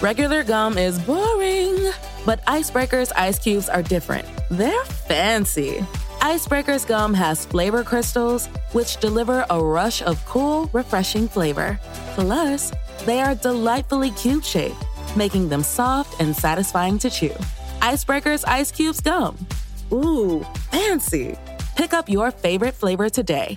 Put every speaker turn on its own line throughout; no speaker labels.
Regular gum is boring, but Icebreaker's ice cubes are different. They're fancy. Icebreaker's gum has flavor crystals, which deliver a rush of cool, refreshing flavor. Plus, they are delightfully cube shaped, making them soft and satisfying to chew. Icebreaker's ice cubes gum. Ooh, fancy. Pick up your favorite flavor today.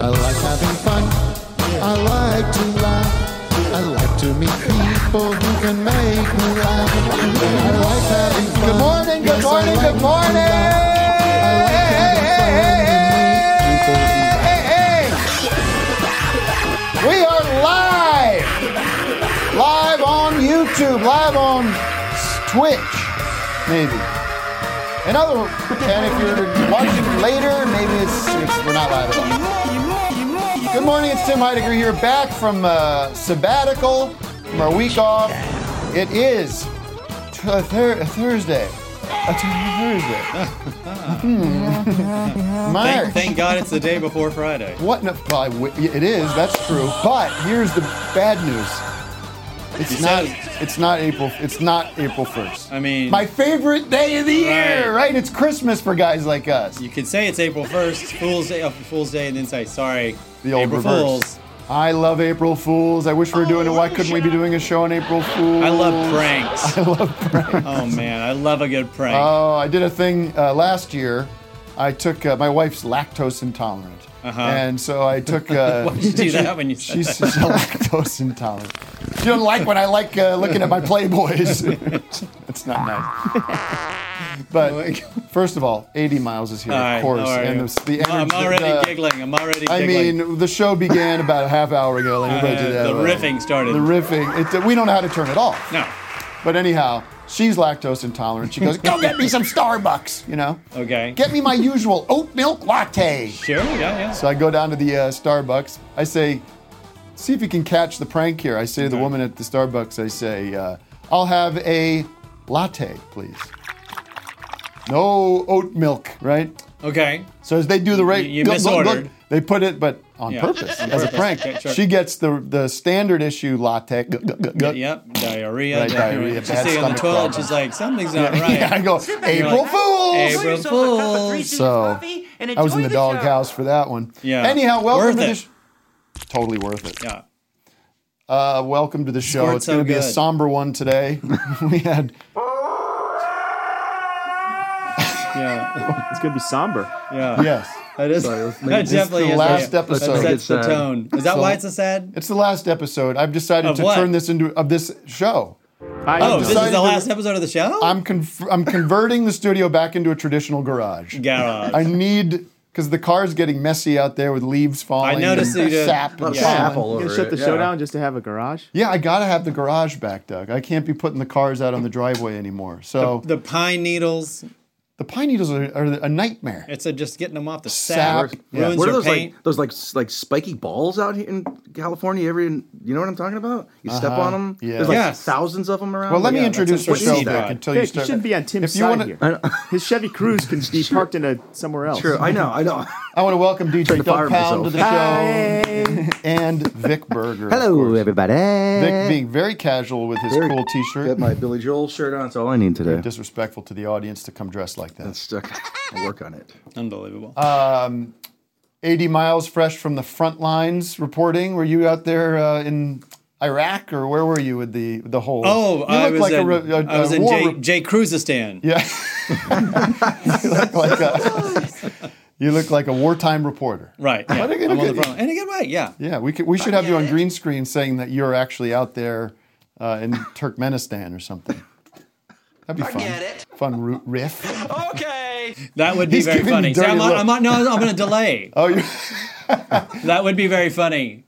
I like having fun. I like to laugh. I like to meet people who can make me laugh. I like having fun. Good morning, good morning, good morning. We are live, live on YouTube, live on Twitch, maybe. And other, and if you're watching later, maybe it's, it's we're not live at all. Good morning, it's Tim Heidegger here, back from uh, sabbatical, from our week off. It is t- a thir- a Thursday. A t- Thursday. Hmm. March.
Thank, thank God it's the day before Friday.
What? No, well, I w- it is. That's true. But here's the bad news. It's
You
not.
said it.
It's not April. It's not April first.
I mean,
my favorite day of the year,
Right.
right? It's Christmas for guys like us.
you could say it's April 1st, Fool's Day, uh, Fool's Day, and then say, sorry,
The old
April
reverse.
Fools.
I love April Fools. I wish we were doing it. Why couldn't we be doing a show on April Fools?
I love pranks. I love pranks. Oh, man, I love a good prank.
Oh, I did a thing uh, last year. I took uh, my wife's lactose intolerant, and so I took. Uh,
Uh-huh. Why did you do that when you said
she's, she's lactose intolerant. She doesn't like when I like uh, looking at my playboys. That's not nice. But first of all, 80 miles is here,
Oh All right,
of course,
how are
and
you?
the, the energy.
I'm already
the-
giggling. I'm already
I
giggling.
mean, the show began about a half hour ago. Let me
Uh,
put it that
the
way.
riffing started.
The riffing. It, we don't know how to turn it off.
no.
But anyhow, she's lactose intolerant. She goes, "Go get me some Starbucks," you know.
Okay.
Get me my usual oat milk latte.
Sure, yeah, yeah.
So I go down to the uh, Starbucks. I say, "See if you can catch the prank here." I say to the woman at the Starbucks, "I say, uh, I'll have a latte, please. No oat milk, right?"
okay.
So as they do the right,
You- you
look, look, look,
misordered.
they put it, but on
Yeah,
purpose
on
as a
purpose.
prank.
Okay, sure.
She gets the the standard issue latte.
Yep, diarrhea.
Right, diarrhea,
She's
bad
sitting on
stomach
the toilet.
problem.
She's like, something's not right.
Yeah, I go
You're
April
like,
Fools.
April Fools.
So I was in the doghouse for that one.
Yeah.
Anyhow, welcome
Worth
to the
it.
sh- totally worth it.
Yeah.
Uh, welcome to the show.
Scored
it's
so
going to be a
good.
somber one today. we had
Yeah.
It's gonna be somber.
Yeah.
yes,
That is
Sorry, let's make
that
it-
definitely
This
is
is the last
right.
episode.
That sets
Let's make
the
it sad.
tone. Is that why it's a sad?
it's the last episode. I've decided
Of
to
what?
turn this into of this show.
I
Oh, this is
decided
the
to-
last episode of the show.
I'm conf- I'm converting the studio back into a traditional garage.
Garage.
I need because the car's getting messy out there with leaves falling.
I noticed
and
that you-
sap and
Yeah.
pollen.
Sap all
uh, you
over
shut
it,
the
yeah.
show down just to have a garage.
Yeah, I gotta have the garage back, Doug. I can't be putting the cars out on the driveway anymore. So the,
the pine needles.
pine needles are, are a nightmare.
It's a, just getting them off the
Sap.
sap.
Yeah.
Ruins
What are
your
those
paint.
like? Those like s- like spiky balls out here in California. Every you know what I'm talking about? You step on them.
Uh-huh. Yeah.
There's like
Yes.
thousands of them around.
Well, let me
Yeah,
introduce the
that's interesting.
show, Vic,
What is that?
until
Vic,
you
you
start.
shouldn't be on Tim's
If you
side
wanna-
here. His Chevy Cruise can be parked in a somewhere else.
True. I know. I know.
I want to welcome
Trying
DJ
to
Doug
fire
Pound to the show
Hey.
and Vic Berger. of
Hello,
course.
everybody.
Vic being very casual with his
Very-
cool T-shirt.
Got my Billy Joel shirt on. That's all I need today.
Disrespectful to the audience to come dressed like that.
That's okay. I'll work on it.
Unbelievable.
80 Um, miles fresh from the front lines reporting. Were you out there uh, in Iraq or where were you with the the whole?
oh,
you
I
look
was
like
in,
a, re- a,
I was
a
in
war
Jay,
re-
Jay Cruzistan.
Yeah. you, look like a, you look like a wartime reporter.
Right. Yeah.
What a good-
I'm on the
good-
front. In a good way. Yeah.
Yeah, we could, we should have you on green screen saying that you're actually out there uh, in Turkmenistan or something. That'd be fun. Fun ru- riff.
That would be
He's
very
giving me
funny. See,
dirty Oh,
I'm,
look.
on, I'm on, no, I'm going to delay.
Oh, you
That would be very funny.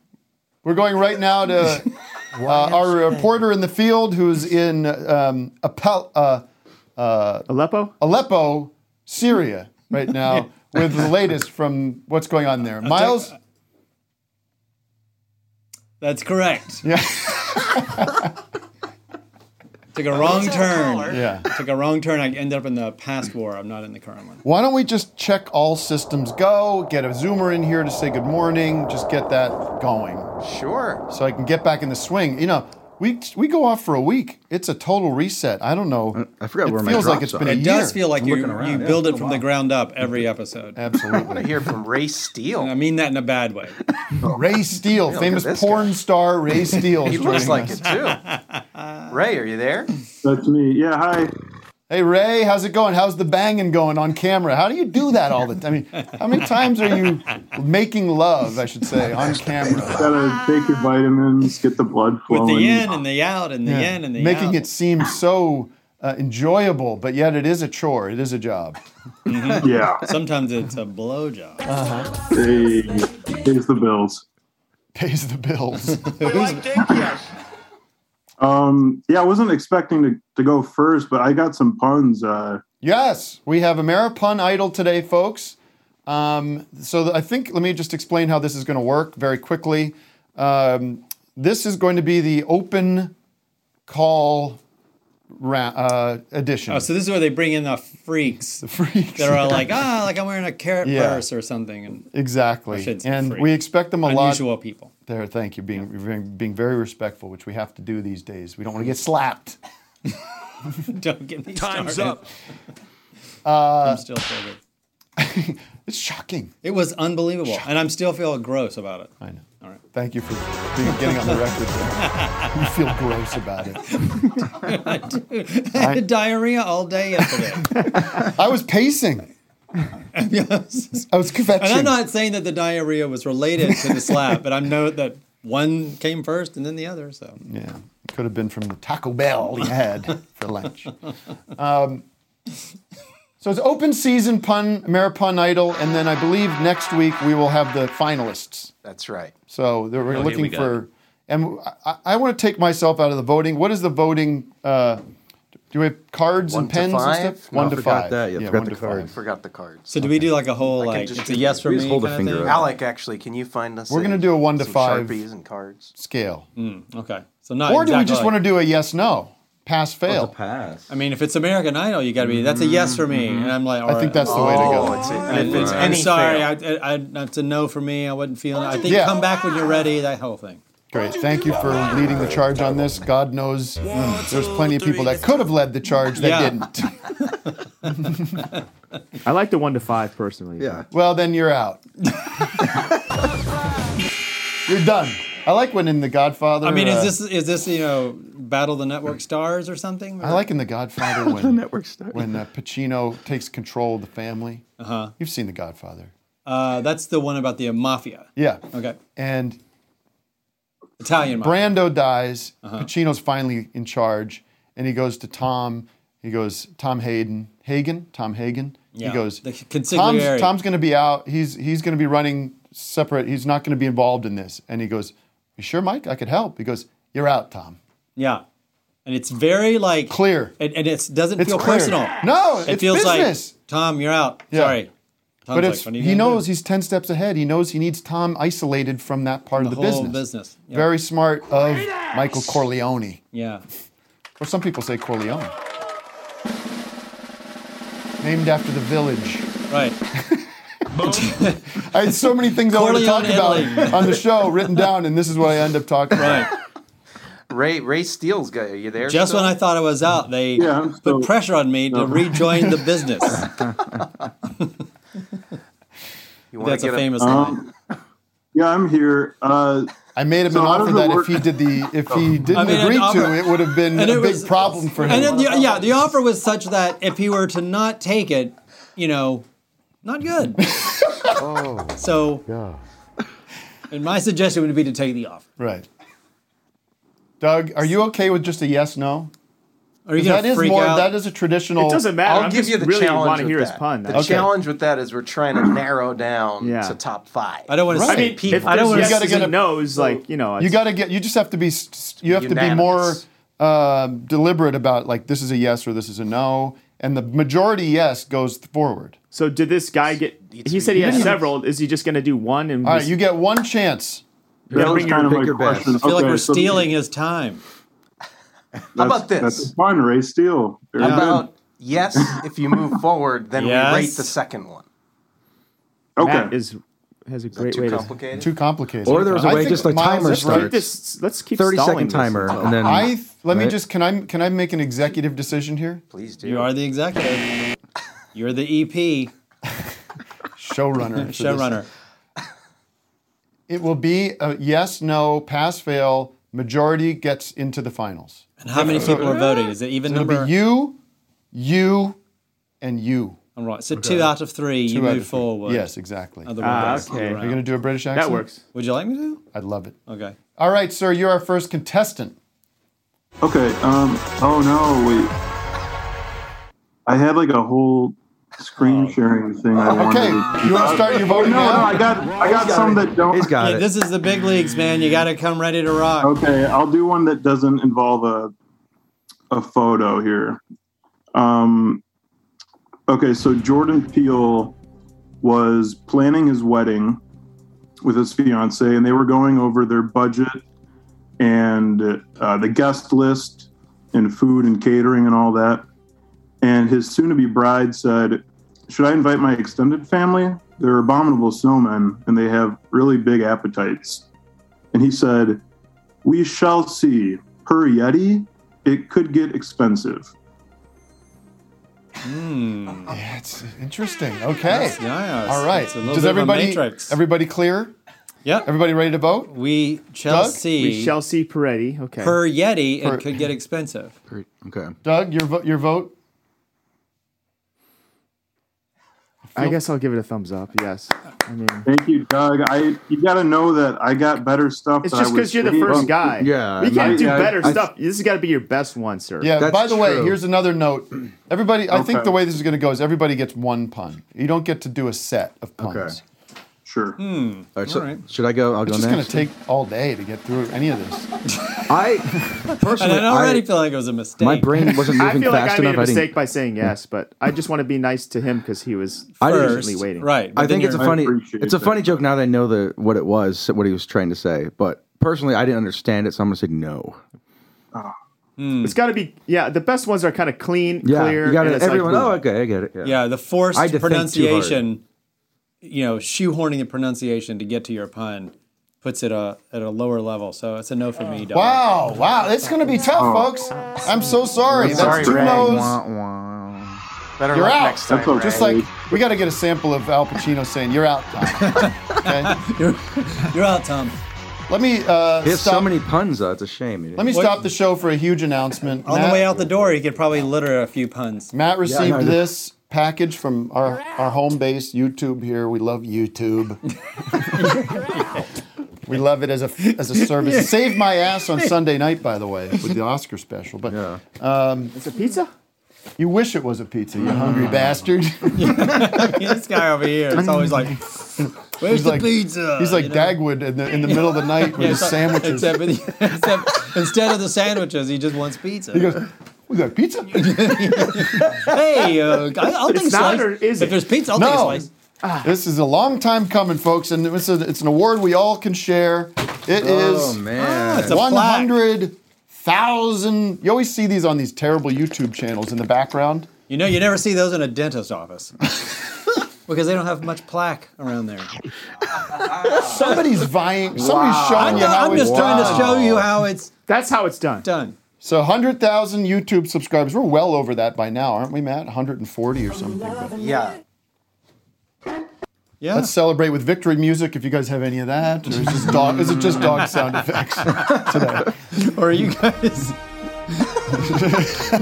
We're going right now to uh, our reporter in the field who's in um, Apel, uh,
Aleppo?
Aleppo, Syria, right now with the latest from what's going on there. Miles?
That's correct.
Yeah.
Took a wrong turn.
Yeah.
Took a wrong turn. I ended up in the past war. I'm not in the current one.
Why don't we just check all systems go, get a Zoomer in here to say good morning, just get that going
Sure.
so I can get back in the swing. You know, we, we go off for a week. It's a total reset. I don't know.
I forgot
it
where my
feels like
drops
it's been
are.
a
It
year.
does feel like
I'm
you,
looking around,
you
yeah,
build
it's
it
a
from the
while.
ground up every episode.
Absolutely.
I hear from Ray Steele.
I mean that in a bad way.
Ray Steele,
look at
famous
this
porn star Ray Steele.
he
is
looks
joining
like
us.
it too. Ray, are you there?
That's me. Yeah, hi.
Hey Ray, how's it going? How's the banging going on camera? How do you do that all the time? I mean, how many times are you making love, I should say, on camera?
Gotta take your vitamins, get the blood
With
flowing.
the in and the out and the in and the
Making
out.
it seem so uh, enjoyable, but yet it is a chore. It is a job.
yeah.
Mm-hmm. Sometimes it's a blowjob.
Uh-huh.
Hey, pays the bills.
Pays the bills.
Um, yeah, I wasn't expecting to, to go first, but I got some puns. Uh,
Yes, we have Ameripun Idol today, folks. Um, so th- I think, let me just explain how this is going to work very quickly. Um, this is going to be the open call ra- uh, edition.
Oh, so this is where they bring in the freaks. The
freaks.
They're all like, ah, like I'm wearing a carrot
Yeah.
purse or something, and I
Exactly.
should say
And
freak.
we expect them a
unusual
lot.
people.
There, thank you. Being, being being very respectful, which we have to do these days. We don't want to get slapped.
Don't get me
Time's
started.
up.
I'm still triggered.
Uh, It's shocking.
It was unbelievable, and I'm still feeling gross about it.
I know.
All right.
Thank you for being, getting on the record. There. You feel gross about it.
I had diarrhea all day yesterday.
I was pacing.
Yes.
I was
and
kvetching.
I'm not saying that the diarrhea was related to the slap, but I know that one came first and then the other. So
Yeah, it could have been from the Taco Bell you had for lunch. Um, so it's open season pun, Ameripun Idol, and then I believe next week we will have the finalists.
That's right.
So there, we're
Oh, here
looking
we go.
for, and I, I want to take myself out of the voting. What is the voting? Uh, do we have cards
One
and
to
pens and
five?
stuff?
No,
one
I
to
forgot
five.
that. Yeah, I
yeah,
forgot
one
the
to five.
Forgot the cards.
so do we do like a whole
I can
like
just
it's a
do
yes
that.
for
We just
me
hold a
kind
finger
of thing?
up.
Alec, actually, can you find us?
We're
a-
gonna do a one to
some
five.
Sharpies and cards.
Scale.
Hmm, Okay, so not
Or do we
exactly
just
like-
want to do a yes no, pass
It's a
fail?
pass.
I mean, if it's American Idol, you got to be. That's a yes for me, and I'm like, all
Mm-hmm. I think that's the way to
Oh,
go.
it's it.
And
And if it's
I'm
any
sorry,
fail-
I, I, I, that's a no for me. I wasn't feeling. I think
Yeah.
come back when you're ready. That whole thing.
Great. Thank you for leading the charge on this. God knows hmm, there's plenty of people that could have led the charge that
Yeah.
didn't.
I like the one to five personally.
yeah.
Well, then you're out. you're done. I like when in The Godfather.
I mean,
uh,
is this is this you know battle of the network stars or something?
I like in The Godfather when
network started.
when uh, Pacino takes control of the family. Uh-huh. You've seen The Godfather.
Uh, that's the one about the mafia.
Yeah.
Okay,
And
Italian Uh-huh. mafia.
Brando dies. Pacino's finally in charge, and he goes to Tom. He goes Tom Hayden, Hagen, Tom Hagen.
Yeah,
He goes.
the
Tom's,
consigliere.
Tom's going to be out. He's he's going to be running separate. He's not going to be involved in this. And he goes, "You sure, Mike? I could help." He goes, "You're out, Tom.
Yeah, and it's very like
Clear.
and, and it doesn't
It's
feel
clear.
personal.
No,
it
it's
feels
business.
like Tom, you're out.
Yeah.
Sorry, Tom's
But it's,
like, what are you
he
gonna do?
knows he's ten steps ahead. He knows he needs Tom isolated from that part of the
whole
business.
business. Yeah.
Very smart of Michael Corleone,
yeah.
or some people say Corleone, named after the village.
Right.
I had so many things I want to talk
Corleone,
about
Italy.
on the show written down, and this is what I end up talking about.
Right.
Ray Ray Steele's guy. Are you there?
Just
still?
when I thought I was out, they
Yeah, I'm
put
still-
pressure on me to rejoin the business.
you wanna
That's a
get
famous
Um,
line.
Yeah, I'm here. Uh,
I made him
So
an
how does
offer
it
that if
work?
he did the if
Oh.
he didn't
I mean,
agree
an offer-
to, it would have been
and
a
it
big
was-
problem for
And
him.
then, the, yeah, the offer was such that if he were to not take it, you know, not good. oh.
Oh,
So, and my suggestion would be to take the offer.
Right. Doug, are you okay with just a yes no?
Are you gonna
That is
freak
more.
out?
That is a traditional.
It doesn't matter.
I'll
I'm
give
just
you the
really
challenge
want to
with
hear his
that.
pun.
The
That's
Okay.
challenge with that is we're trying to narrow down
Yeah.
to top five.
I don't want
Right.
to
I
say
mean,
people.
if
I
I
don't
don't
wanna
yes
You gotta
and
get a-
no's, like you know,
You
it's-
got to get. You just have to be. s- s- You have to be more
Unanimous.
uh, deliberate about like this is a yes or this is a no, and the majority yes goes forward.
So did this guy get?
It's
He said he has
ridiculous.
several. Is he just going to do one? And
All right,
just-
you get one chance.
That was
Pick
kind of
your
my
best.
question.
I
feel like
Okay,
we're
so
stealing his time.
How about
that's-
this?
That's fun, Ray Steele. Very
How
good.
about yes, if you move forward, then
Yes.
we rate the second one.
okay.
Matt is has a great
Too
way to.
complicated.
Too complicated.
Or there's a
I
way
think
just like
Miles
timer
is right.
starts.
This, let's keep
30
stalling
second
this.
timer, and then
I th- let me
Right.
just can I can I make an executive decision here?
Please do.
You are the executive. You're the EP
Showrunner. for this.
showrunner.
It will be a yes, no, pass, fail. Majority gets into the finals.
And how many people are voting? Is it even
It'll
number?
be you, you, and you.
All right. So two out of three. you
Two out of
move
three.
forward.
Yes, exactly.
Ah,
Otherwise,
okay.
Are you going to do a British accent?
That works.
would you like me to?
I'd love it.
Okay.
All right, sir, you're our first contestant.
Okay. Um. Oh no. Wait. I had like a whole screen sharing thing. I wanted
Oh. Okay,
to-
you want to start your voting
No, no.
now?
I got. I got some that don't.
He's got
Yeah,
it.
this is the big leagues, man. You got to come ready to rock.
Okay, I'll do one that doesn't involve a a photo here. Um, okay, so Jordan Peele was planning his wedding with his fiance, and they were going over their budget and uh, the guest list and food and catering and all that. And his soon-to-be bride said, "Should I invite my extended family? They're abominable snowmen, and they have really big appetites." And he said. We shall see. Per Yeti, it could get expensive.
Yeah, it's interesting. Okay.
Yeah, it's-
All right.
Hmm. it's a little
Does
bit of a
everybody
matrix.
everybody clear?
Yep.
Everybody ready to vote?
we shall
Doug?
see.
We shall see Peretti. Okay.
Per Yeti,
Per-
it could get expensive.
Okay.
Doug, your vo- your vote.
I guess I'll give it a thumbs up. Yes. I mean,
Thank you, Doug. I you got to know that I got better stuff.
it's
that I
just
was
because you're the
saying.
first guy.
yeah,
We can't
I-
do
I-
better
I-
stuff. This has got to be your best one, sir.
Yeah.
That's
by the way,
true.
here's another note. Everybody, I think
Okay.
the way this is going to go is everybody gets one pun. You don't get to do a set of puns.
Okay.
Sure.
Hmm.
All right, so
All right.
Should I go? I'll go
It's just going
next.
to take all day to get through any of this.
I
And
personally,
I already
I-
feel like it was a mistake.
my brain wasn't
I
moving
feel like
fast
I made a
enough. I
mistake
didn't.
by saying yes, but I just want to be nice to him because he was
I didn't-
patiently
First,
waiting.
Right. but
I think
then
it's a
you're-
funny.
appreciate
It's a
that.
funny joke now that I know the what it was, what he was trying to say. But personally, I didn't understand it, so I'm gonna say no.
It's got to be. Yeah. The best ones are kind of clean,
Hmm. Yeah,
clear.
you got
and
it.
it's like,
Everyone.
boom.
oh, okay, I get it. Yeah.
Yeah, the forced
I had to think too hard.
pronunciation, you know, shoehorning the pronunciation to get to your pun puts it a, at a lower level. So it's a no for me, dog.
Wow, wow, it's going to be tough, folks. I'm so sorry. That's
Oh. Sorry,
two
Ray.
no's.
Wah, wah.
Better
You're
luck
out.
next time.
That's okay.
Just
Ray.
like we got to get a sample of Al Pacino saying, "You're out." Tom." Okay.
You're out, Tom.
Let me uh,
He has
stop.
so many puns though. It's a shame. he didn't-
Let me
What-
stop the show for a huge announcement.
On
Matt,
the way out the door, he could probably litter a few puns.
Matt received
I know.
this package from our, our home base, YouTube here. We love YouTube. we love it as a as a service. Saved my ass on Sunday night, by the way, with the Oscar special. But um,
Yeah.
It's a pizza.
you wish it was a pizza, you hungry bastard.
Mm. this guy over here is always like, "Where's the
like-
pizza?"
He's like
You know?
Dagwood in the in the middle of the night with his
Except-
sandwiches.
Except, except instead of the sandwiches, he just wants pizza.
He goes, "We got pizza."
hey, uh, I- I'll take a
It's not,
slice.
or is
if
it?
there's pizza, I'll take a
No. Ah.
slice.
This is a long time coming, folks, and this is, it's an award we all can share. It is
Oh man.
It's a
One
flag.
hundred thousand. You always see these on these terrible YouTube channels in the background.
You know, you never see those in a dentist office because they don't have much plaque around there.
Somebody's vying. Somebody's showing
I'm,
you
not-
how
I'm
it's
just
done.
trying to show you how it's
That's how it's done.
done.
So hundred thousand YouTube subscribers. We're well over that by now, aren't we, Matt? One hundred and forty or something. But
yeah.
Yeah,
let's celebrate with victory music. If you guys have any of that, or is, this dog, is it just dog sound effects today?
or you guys.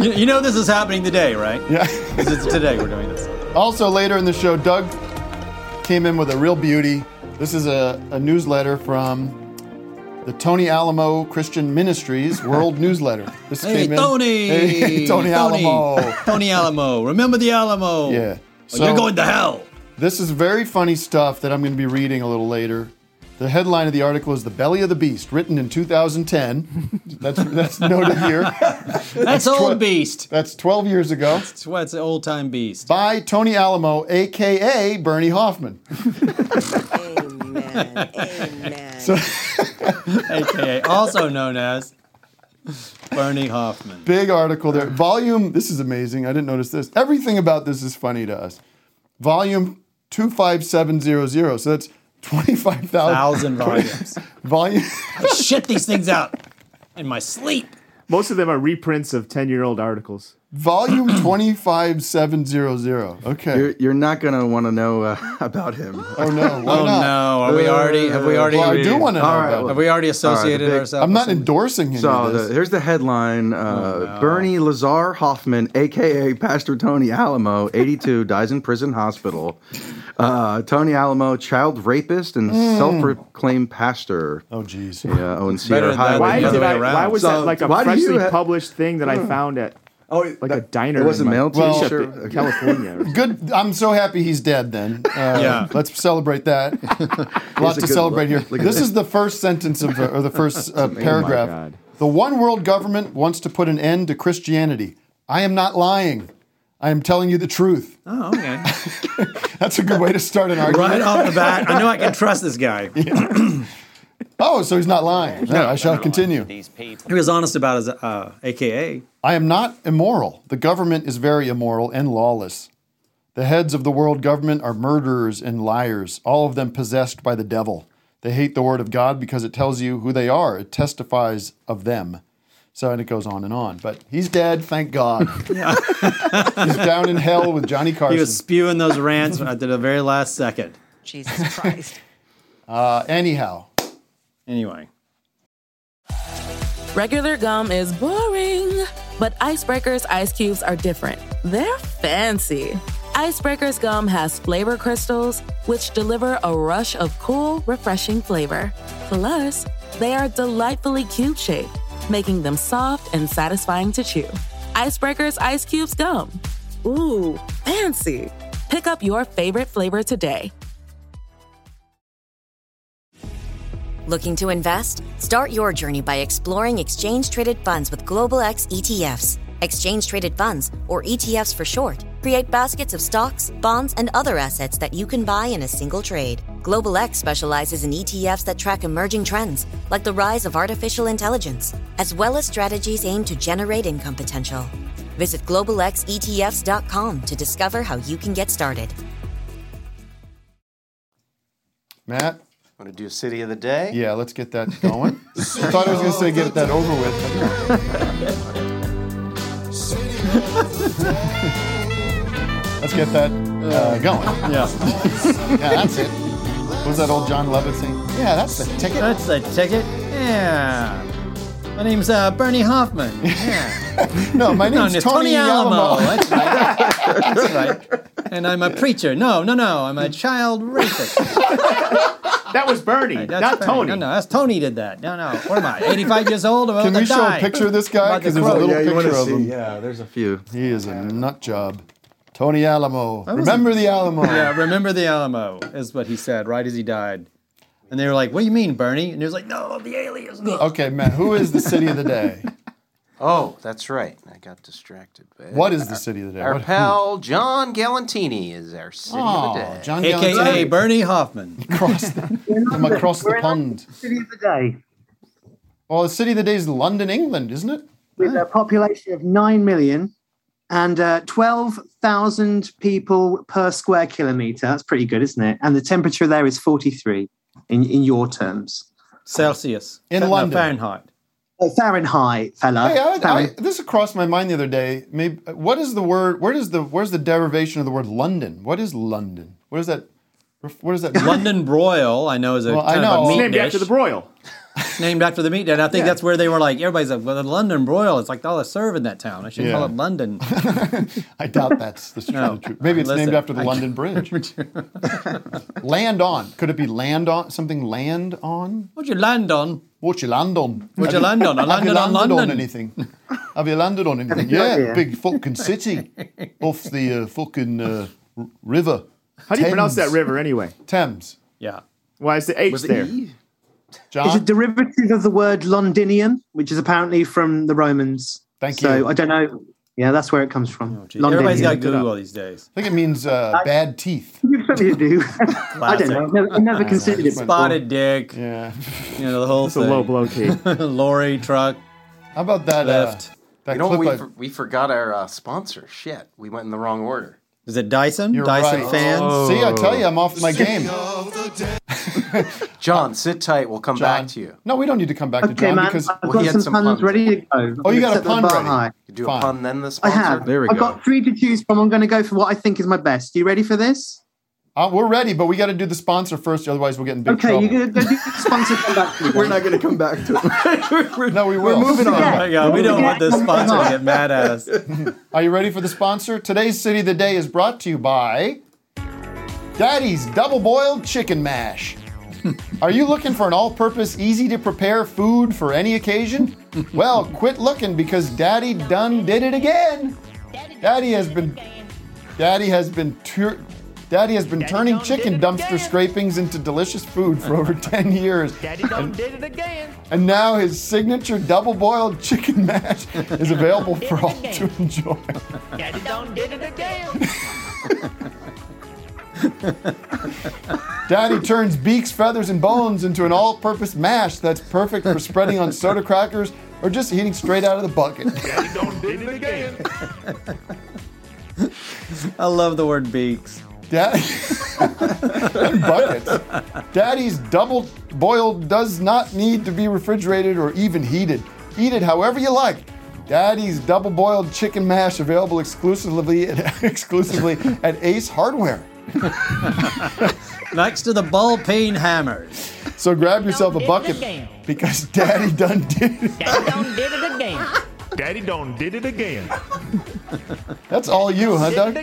you, you know this is happening today, right?
Yeah.
Because it's today we're doing this.
Also, later in the show, Doug came in with a real beauty. This is a, a newsletter from the Tony Alamo Christian Ministries World Newsletter. This
Hey,
came in-
Tony!
Hey, Tony Alamo.
Tony Alamo. Remember the Alamo.
Yeah.
Or you're going to hell.
This is very funny stuff that I'm going to be reading a little later. The headline of the article is "The Belly of the Beast," written in 2010. that's that's noted here.
That's
twi-
old beast.
That's 12 years ago.
That's why it's an old time beast.
By Tony Alamo, aka Bernie Hoffman.
Amen. Amen.
AKA also known as Bernie Hoffman.
Big article there. Volume. This is amazing. I didn't notice this. Everything about this is funny to us. Volume 25700. So that's 25,000
Thousand volumes.
volume.
I shit these things out in my sleep.
Most of them are reprints of 10 year old articles.
Volume 25700. Okay.
You're, you're not gonna want to know uh, about him.
oh no. Why
Oh
not? Uh,
no! Are we already? Have we already?
Well, I do want to know
All right,
about
well,
have we already associated
All right, big-
ourselves?
I'm not endorsing any
So
of
the,
this. Oh,
here's the headline: uh, Bernie Lazar Hoffman, aka Pastor Tony Alamo, 82, dies in prison hospital. Uh, Tony Alamo, child rapist and self-proclaimed pastor.
Hmm. oh jeez.
Yeah, oh, and
Better
Sierra
than
Highway.
Why,
the
did
other
I,
way around.
why was
So,
that like a
why do you
freshly
ha- Hmm.
published thing that I found at
oh,
like a diner?
It wasn't uh,
in my-
mailed to
Well,
you.
shop
Sure.
in
Okay.
California. or something.
Good. I'm so happy he's dead. Then, uh,
Yeah.
let's celebrate that. Lots to
a good
celebrate
look.
here.
Look at
this
this. Oh
is the first sentence of, the, or the first uh, paragraph.
God.
the one world government wants to put an end to Christianity. I am not lying. I am telling you the truth.
Oh, okay.
That's a good way to start an argument.
right off the bat, I know I can trust this guy.
Oh, so he's not lying. No, I shall continue.
He was honest about his uh, AKA.
I am not immoral. The government is very immoral and lawless. The heads of the world government are murderers and liars, all of them possessed by the devil. They hate the word of God because it tells you who they are, it testifies of them. So, and it goes on and on. But he's dead, thank God. he's down in hell with Johnny
He
Carson.
was spewing those rants at the very last second.
Jesus Christ.
Uh, anyhow,
Anyway,
Regular gum is boring, but Icebreaker's ice cubes are different. They're fancy. Icebreaker's gum has flavor crystals, which deliver a rush of cool, refreshing flavor. Plus, they are delightfully cube shaped, making them soft and satisfying to chew. Icebreaker's ice cubes gum. Ooh, fancy. Pick up your favorite flavor today.
Looking to invest? Start your journey by exploring exchange traded funds with Global X ETFs. Exchange traded funds, or ETFs for short, create baskets of stocks, bonds, and other assets that you can buy in a single trade. Global X specializes in ETFs that track emerging trends, like the rise of artificial intelligence, as well as strategies aimed to generate income potential. Visit globalxetfs.com to discover how you can get started.
Matt,
I'm going to do City of the Day.
yeah, let's get that going. I thought I was going to say get that over with. let's get that uh, going.
yeah,
Yeah, that's it. What was that old John Lovett thing? Yeah, that's the ticket.
that's the ticket. Yeah. My name's uh, Bernie Hoffman. Yeah.
No, my
No,
name's
it's
Tony, Alamo.
That's right. That's right. And I'm a preacher. No, no, no. I'm a child rapist.
That was Bernie,
That's
not
Bernie.
Tony.
No, no. That's Tony did that. No, no. What am I? 85 years old? I'm
Can
about
we
to
show
die.
a picture of this guy?
About
Because
to
there's a
grow.
little
Yeah, you want
picture
to
of
see?
him.
Yeah, there's a few.
He is a nut job. Tony Alamo.
was
Remember the Alamo.
Yeah, remember the Alamo is what he said right as he died. And they were like, "What do you mean, Bernie?" And he was like, "No, the aliens."
Okay, Matt, who is the city of the day?
Oh, that's right. I got distracted. But
What is the city of the day?
Our
What-
pal John Galantini is our City of the
Oh,
Day.
John
AKA
Galantini.
Bernie Hoffman.
Across the, from across the pond.
City of the day,
Well, the city of the day is London, England, isn't it?
with a population of 9 million and uh, 12,000 people per square kilometer. That's pretty good, isn't it? And the temperature there is 43 in, in your terms.
Celsius.
In
No,
London.
Fahrenheit.
Oh, Fahrenheit, fella.
Hey, I, I,
Fahren-
this crossed my mind the other day. Maybe what is the word? Where does the where's the derivation of the word London? What is London? What is that? What is that?
London broil, I know, is a
Well, I
kind
know.
of a
It's
meat
Named
dish.
after the broil.
named after the meat. And I think
Yeah.
that's where they were like, everybody's like, well, the London broil. It's like all I serve in that town. I should call
Yeah.
it London.
I doubt that's the
No.
truth. Maybe it's
Listen,
named after the
I
London Bridge. land on. Could it be land on? Something land on?
What you land on?
What you land on?
What
Have
you land on? I
have you
landed on London.
anything? Have you landed on anything?
no
Yeah,
idea.
big fucking city off the uh, fucking uh, r- river.
How do you pronounce
Thames.
that river anyway?
Thames.
Yeah. E?
Why is the H
Was it E?
there?
John?
It's a derivative of the word Londinium, which is apparently from the Romans.
Thank you.
So I don't know. Yeah, that's where it comes from.
Oh, Everybody's got
Londinium.
Google these days.
I think it means uh, bad teeth.
You do. I don't know. I've never, I've never considered it.
Spotted dick.
Yeah.
You know, the whole
It's a
thing.
low blow, Kate.
Lorry, truck.
How about that?
Left.
Uh, that
you know,
clip
we,
I-
for, we forgot our uh, sponsor. Shit, we went in the wrong order.
Is it Dyson?
You're
Dyson
right. Oh.
fans?
See, I tell you, I'm off my game.
John, sit tight. We'll come back to you.
No, we don't need to come back to
Okay,
John
man.
because
I've
Well, he
got
had
some,
some
puns,
puns.
ready to go.
Oh, you got a
Set the
pun
bar
ready.
high.
You do
Fine.
a pun, then the
I
sponsor.
have.
There we
I've
go.
got three to choose from. I'm going to go for what I think is my best. You ready for this?
uh, we're ready, but we got to do the sponsor first, otherwise we'll get in big
okay,
trouble.
you're going to do the sponsor come back to me.
We're not going to come back to it. We're-
no, we
We're
will.
moving on.
Oh my God, we don't want this sponsor to get mad at us.
Are you ready for the sponsor? Today's City of the Day is brought to you by Daddy's Double Boiled Chicken Mash. Are you looking for an all purpose, easy to prepare food for any occasion? Well, quit looking because Daddy done did it again. Daddy has been Daddy has been tur- Daddy has been turning chicken dumpster scrapings into delicious food for over 10 years. Daddy done did it again. And now his signature double boiled chicken mash is available for all to enjoy. Daddy turns beaks, feathers, and bones into an all purpose mash that's perfect for spreading on soda crackers or just eating straight out of the bucket.
I love the word beaks.
Daddy and buckets. Daddy's double boiled does not need to be refrigerated or even heated. Eat it however you like. Daddy's double boiled chicken mash available exclusively exclusively at Ace Hardware.
Next to the ball peen hammers.
So grab yourself a bucket because Daddy done did it.
Daddy Don did it again.
That's all you, huh, Doug?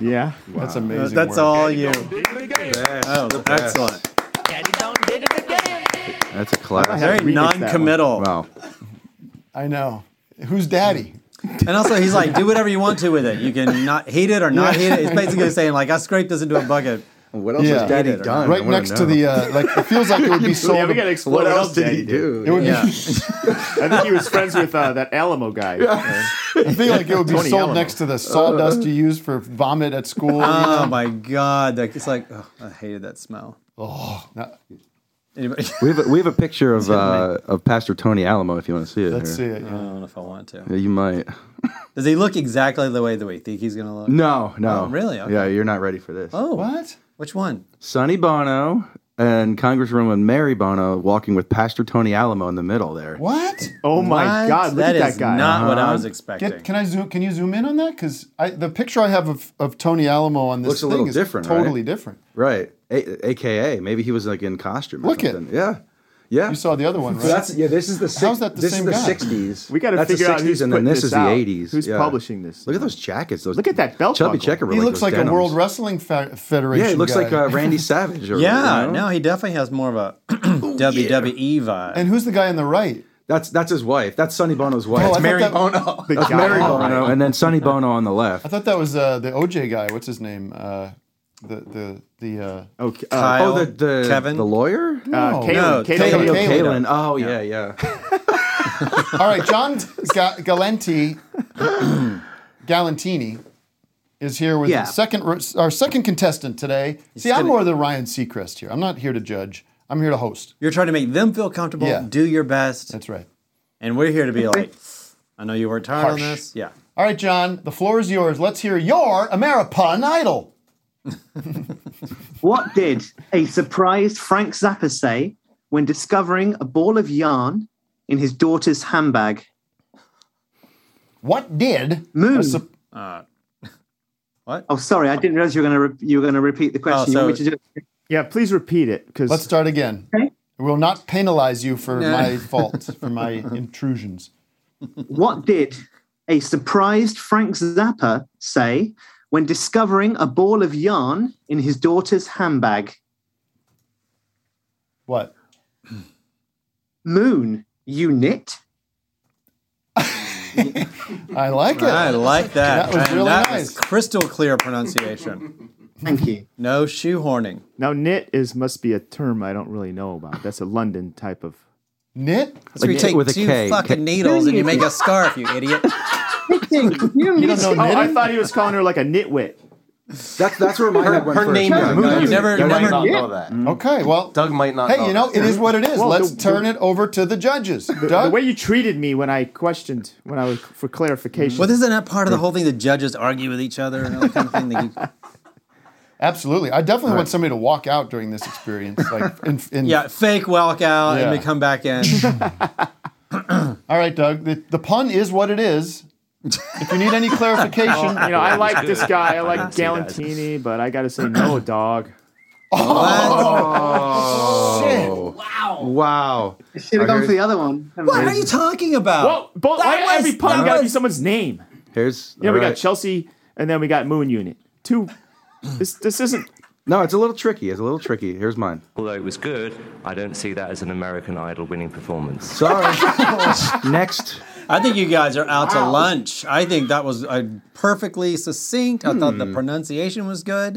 Yeah.
That's
Uh,
amazing.
That's
work.
all you.
Did it again.
Oh, excellent.
That's a class.
Very
remix that one.
non-committal.
Wow.
I know. Who's Daddy?
And also, he's like, do whatever you want to with it. You can not heat it or not heat it. It's basically saying, like, I scraped this into a bucket.
What else
Yeah.
has Daddy
Right
done?
Right next to the uh, like. It feels like it would be sold.
yeah, we gotta explore
What else did
Daddy
he do?
it would be-
Yeah.
I think he was friends with uh, that Alamo guy.
I feel like it would be
Tony
sold
Alamo.
next to the sawdust you use for vomit at school. you
Oh
know?
my god! Like, It's like, oh, I hated that smell.
Oh, that-
Anybody?
We have a, we have a picture of uh, of Pastor Tony Alamo if you want to see it.
let's see
here.
it.
I don't know if I want to.
Yeah, you might.
Does he look exactly the way that we think he's gonna look?
No,
Oh,
no.
really? Okay.
Yeah, you're not ready for this.
Oh,
What?
Which one?
Sonny Bono and Congresswoman Mary Bono walking with Pastor Tony Alamo in the middle there. Uh-huh.
What?
Oh my
What?
God! Look at
is
that guy.
Not what I was
Get-
expecting.
Uh-huh. can I zoom? Can you zoom in on that? Because the picture I have of, of Tony Alamo on this
Looks a
thing
little
is
different, right?
totally different.
Right. A- AKA, maybe he was like in costume. Or
Look at-
something. Yeah. Yeah.
You saw the other one, right?
So that's yeah. This is the six,
How's that the
this
same
is the
guy?
sixties.
We gotta
That's
figure
the
out who's
and then
putting
this,
this
is the
out.
eighties.
Who's publishing this?
Look at those jackets. Those
Look at that belt
Chubby
buckle.
Checker.
he looks
those
like
denims.
a World Wrestling fa- Federation.
Yeah, he looks
guy.
like uh, Randy Savage. Or,
yeah,
you know?
no, he definitely has more of a WWE E vibe.
And who's the guy on the right?
That's that's his wife. That's Sonny Bono's wife.
Oh, I
That's
thought
Mary
that-
Bono.
The
That's
guy on
Mary
the
Bono, Oh, and then Sonny Bono on the left.
I thought that was uh, the OJ guy. What's his name? Uh, the the the. Uh,
Okay.
Kyle.
Uh,
oh, the the
Kevin?
the lawyer.
uh,
No.
Kalen,
No,
Kalen,
Kalen.
Kalen.
Kalen.
Kalen. Oh yeah, yeah.
All right, John Ga- Galenti, Galantini is here with
Yeah.
the second ro- our second contestant today. See, I'm more the Ryan Seacrest here. I'm not here to judge. I'm here to host.
You're trying to make them feel comfortable.
Yeah.
Do your best,
That's right.
and we're here to be like, I know you worked hard
Harsh.
on this. Yeah.
All right, John, the floor is yours. Let's hear your Ameripun Idol.
What did a surprised Frank Zappa say when discovering a ball of yarn in his daughter's handbag?
What did
Moo.
a sup-
Uh,
Oh, sorry, I didn't realize you were going to re- you were going to repeat the question.
Oh,
You want me
so-
to do it?
Yeah, please repeat it because
Let's start again.
Okay.
I will not penalize you for
No.
my fault, for my intrusions.
what did a surprised Frank Zappa say when discovering a ball of yarn in his daughter's handbag?
What?
Moon, you knit?
I like it.
I like that.
That was
And
really
that
nice.
was crystal clear pronunciation.
Thank you.
No shoehorning.
Now, knit is must be a term I don't really know about. That's a London type of
knit.
So you take two fucking needles and you make a scarf, you idiot.
You
don't know knitting? Oh, I thought he was calling her like a nitwit.
That's that's where my
head
went Her first. name is- you never- you never- Yeah.
Mm-hmm.
Okay, well,
Doug might not.
hey, you know, it is what it is.
Well,
Let's
the-
turn it over to the judges.
The, the
Doug?
way you treated me when I questioned, when I was for clarification.
Well, isn't that part of the whole thing? The judges argue with each other and all that kind of thing. That you,
Absolutely. I definitely
Right.
want somebody to walk out during this experience. Like, in, in,
yeah, fake walk out
Yeah.
and they come back in.
All right, Doug. The, the pun is what it is. If you need any clarification,
Well, you know, I like this guy. I like Galantini, but I got to say no, dog.
Oh, wow. Wow.
Should have gone for the other one.
What are you talking about?
Well, both,
That
why
was-
every pun
that
got to be
was-
someone's name?
Here's
Yeah, we
all
got
right.
Chelsea, and then we got Moon Unit. Two. This this isn't.
No, it's a little tricky. It's a little tricky. Here's mine.
Although it was good, I don't see that as an American Idol winning performance.
Sorry. Next.
I think you guys are out to lunch. I think that was a perfectly succinct. I thought the pronunciation was good.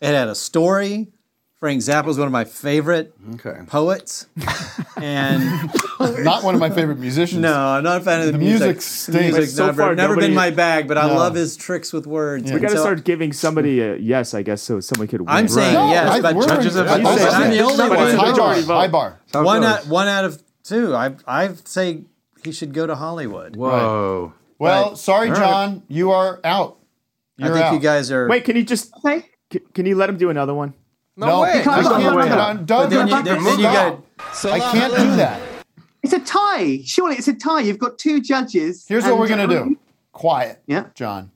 It had a story. Frank Zappa was one of my favorite poets, and
not one of my favorite musicians.
No, I'm Uh, not a fan of the,
The
music.
music stinks.
Music's
So
never,
far,
never
nobody-
been my bag, but I
No.
love his tricks with words.
We
And
got to
so
start giving somebody a yes, I guess, so someone could win.
I'm saying yes, but judges have
You said
I'm the only one.
bar.
One out, one out of two. I I say he should go to Hollywood.
Whoa.
Well,
Right.
sorry,
All right.
John. You are out.
I
You're
think
out.
you guys are.
Wait, can you just?
Okay.
Can, can you let him do another one?
No, I can't. Doug,
But then you-
Doug,
then- then you
stop.
gotta-
I can't do that.
It's a tie. Surely it's a tie. You've got two judges.
Here's what
and-
we're gonna do. Quiet.
Yeah.
John.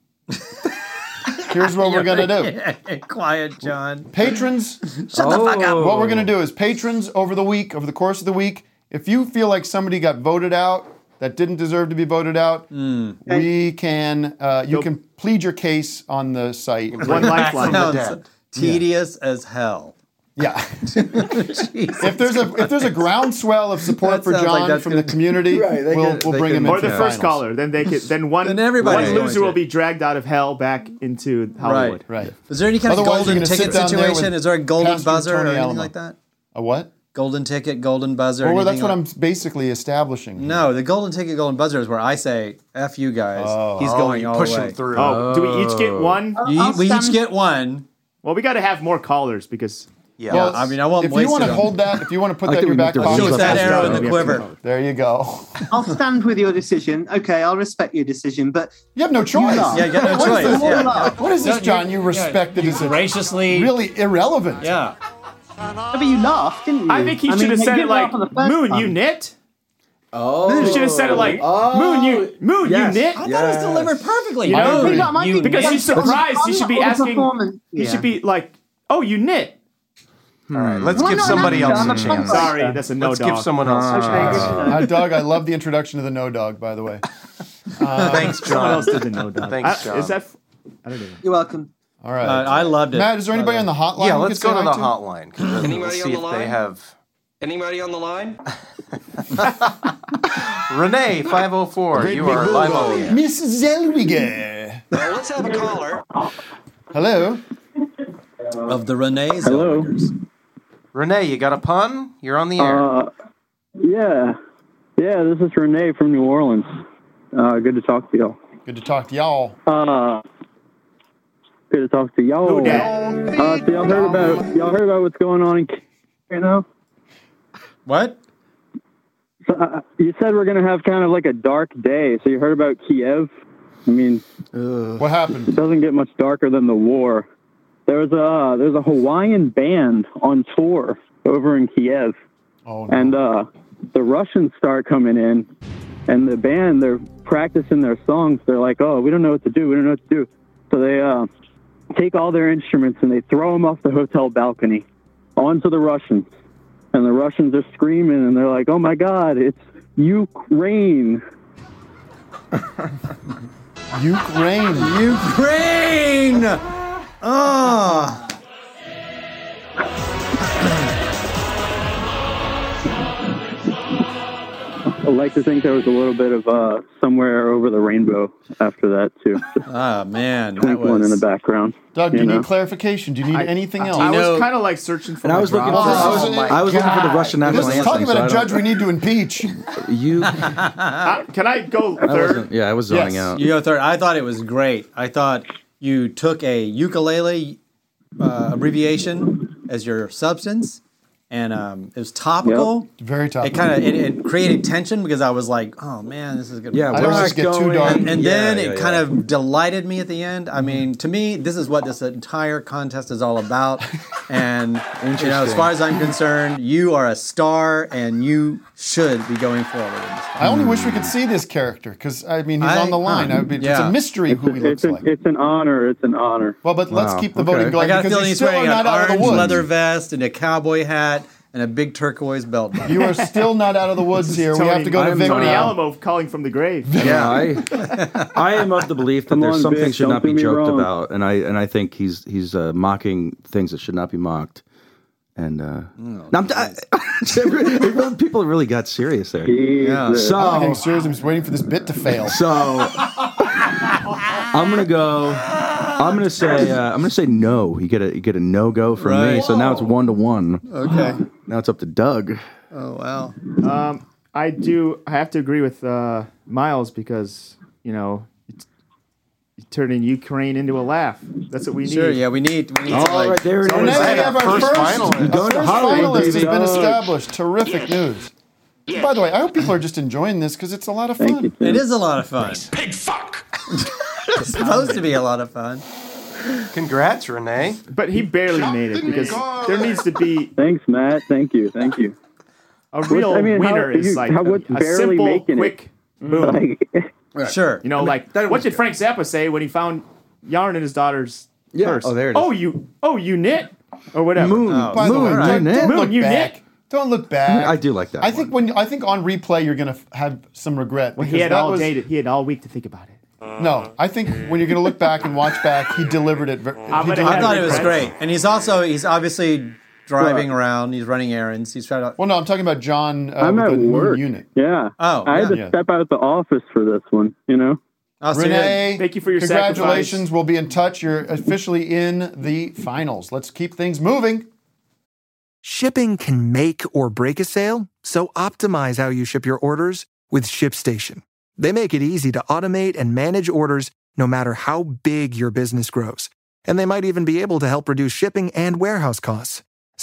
Here's what we're gonna do.
do. Quiet, John.
Patrons,
Shut the fuck up.
What we're gonna do is patrons over the week, over the course of the week, if you feel like somebody got voted out that didn't deserve to be voted out,
Hmm.
we can uh, you can plead your case on the site.
One lifeline.
Sounds tedious as hell.
Yeah. if there's a if there's a groundswell of support
That
for
sounds
John
like that's
from
gonna-
the community,
Right, they
we'll,
could-
we'll
they
bring
could-
him
Or
into
the
the
first
finals.
caller, then they could. Then one.
Then everybody's
One
going
loser
to.
will be dragged out of hell back into Hollywood.
Right.
Is there any kind
Otherwise,
of
you're
golden
gonna sit
ticket
down there
situation?
with
Is there a golden
Pastor
buzzer or
Tony
anything
Alamo.
like that?
A what?
Golden ticket, golden buzzer.
Well, that's
anything
what
like-
I'm basically establishing.
No, the golden ticket, golden buzzer is where I say "f you guys." He's
Oh,
going
you
all
push
the
him
way.
through.
Oh, do we each get one?
You- we each get one.
Well, we got to have more callers because.
Yeah, I mean, I won't
If you
waste
want
it
to
on-
hold that, if you want to put
I
that in
think
your
we
back
need to
pocket,
Shoot that arrow in
We
the
have to
quiver.
vote.
there you go.
I'll stand with your decision. Okay, I'll respect your decision, but
You have no choice.
laugh.
Yeah, you got no
What is
choice,
this-
yeah.
What is this,
No, you-
John? You
yeah,
respect it
you
as a-
graciously.
really irrelevant.
Yeah.
I mean, you laughed, didn't you?
I think he
mean,
should have
you
said
did
it
laugh
like
on the first
Moon,
one.
you knit.
Oh.
You should have said it like Moon, you Moon,
Yes.
you knit.
Oh, I thought it was delivered perfectly.
You know,
Moon,
think that might
you
be
Because
knit.
he's surprised, he should be
Or the
asking.
performance.
He
Yeah.
should be like, "Oh, you knit."
All right, let's
Why
give
not
somebody
another
else a
one? I'm
chance.
fine.
Sorry, that's a no
Let's
dog.
give someone else
Okay,
a
good
chance.
to know.
Uh, Doug, I love the introduction to the no dog, by the way.
Thanks,
Uh, Someone
John.
else did the no dog.
Thanks,
I-
John.
Is that? I don't know.
You're welcome.
All
Uh,
right.
I loved it.
Matt, is there
by
anybody
way.
on the hotline?
Yeah,
we
let's
could
go
say
to the
hi
hotline because we'll
Anybody on
see
the
if they
line?
have
Anybody on the line?
Renee five hundred four. You are live on the air.
Miss Zellweger.
Well, let's have a caller.
Hello.
of the Renee's.
Hello.
Renee, you got a pun? You're on the air.
Uh, yeah, yeah. This is Renee from New Orleans. Uh, good to talk to y'all.
Good to talk to y'all.
Uh, good to talk to y'all.
Who dat?
Uh, so y'all heard about y'all heard about what's going on in K- you know.
What?
So, uh, you said we're gonna have kind of like a dark day. So you heard about Kiev? I mean,
What happened?
it doesn't get much darker than the war. There's a uh, there's a Hawaiian band on tour over in Kiev.
Oh, no.
and uh, the Russians start coming in, and the band they're practicing their songs. They're like, "Oh, we don't know what to do. We don't know what to do." So they uh, take all their instruments and they throw them off the hotel balcony onto the Russians. and the Russians are screaming, and they're like, "Oh my God, it's Ukraine!"
Ukraine,
Ukraine.
Ah.
Oh.
I like to think there was a little bit of uh, somewhere over the rainbow after that too.
Ah man,
that was in the background.
Doug, do
you
you
know?
need clarification? Do you need anything else?
I was kind of like searching for.
And I
the
was looking
drama.
for- I was- I was looking for the Russian national
This is talking
anthem,
about a
so I don't-
judge we need to impeach.
You.
Uh, can I go third?
yeah, I was zoning out.
You go third. I thought it was great. I thought you took a ukulele uh, abbreviation as your substance, and um, it was topical.
Very tough.
It kind of it, it created tension because I was like, oh man, this is gonna.
Yeah, I don't where's wanna this get too going? dark.
And, and
Yeah,
then
yeah,
it
yeah.
kind of delighted me at the end.
Mm-hmm.
I mean, to me, this is what this entire contest is all about. And you know, as
Interesting.
far as I'm concerned, you are a star, and you should be going forward. Mm.
I only wish we could see this character because I mean he's
I-
on the line. I would be, It's
yeah.
a mystery who he looks
it's,
like.
an, it's an honor. It's an honor.
Well, but let's Wow, keep the okay. voting going
I got a
because
feeling
you
he's
still
wearing
are
an
not out of the
orange
woods.
leather vest and a cowboy hat and a big turquoise belt. button.
You are still not out of the woods here. we have to go to Vic
Tony
now.
Alamo calling from the grave.
Yeah, I, I am of the belief that
Come
there's
on,
some
Vic,
things should
don't
not be
do me
joked
wrong.
about, and I and I think he's he's uh, mocking things that should not be mocked. And uh,
Mm.
no, I'm- I- it really- people really got serious there.
Jesus.
So
I'm getting serious. I'm just waiting for this bit to fail.
So I'm gonna go. I'm gonna say. Uh, I'm gonna say no. You get a you get a no go from me.
Right.
So now it's one to one.
Okay.
Now it's up to Doug.
Oh wow.
Um, I do. I have to agree with uh, Miles because you know, it's, you're turning Ukraine into a laugh. That's what we
Sure,
need.
yeah, we need. We need
All
to, like,
right, there it
So now we have our first,
finalist.
our
Going to
first
Hollywood,
finalist has
baby.
been
Doug.
established. Terrific news. By the way, I hope people are just enjoying this because it's a lot of fun.
It is a lot of fun. Mm. Pig fuck. it's supposed to be a lot of fun.
Congrats, Renee.
But he barely made it because there needs to be
Thanks, Matt. Thank you. Thank you.
a real
What's- I mean, how-
winner. is
you-
like
how-
a,
what's
a
barely
simple,
making it?
quick boom.
Sure.
You know, like what did Frank Zappa say when he found yarn in his daughter's
Yeah.
purse?
Oh, there it is.
Oh, you. Oh, you knit or whatever.
Moon.
Oh,
By the way,
Moon,
Doug,
you knit?
don't
Moon,
look
you
back.
knit.
Don't look back.
I do like that.
I think when I think on replay you're gonna f- have some regret.
Well, he
because
had
that
all
was-
day. To, he had all week to think about it.
Uh, No, I think when you're gonna look back and watch back, he delivered it. ver-
I'm
he
gonna
delivered
have
I thought it was
regrets.
great, and he's also he's obviously driving around. He's running errands. He's trying to.
Well, no, I'm talking about John uh,
I'm
with
at
the moon
work.
unit.
Yeah.
Oh,
I had
yeah.
to step out the office for this one. You know.
I'll see Oh, you.
Renee,
Thank you for your
congratulations.
sacrifice.
We'll be in touch. You're officially in the finals. Let's keep things moving.
Shipping can make or break a sale, so optimize how you ship your orders with ShipStation. They make it easy to automate and manage orders no matter how big your business grows. And they might even be able to help reduce shipping and warehouse costs.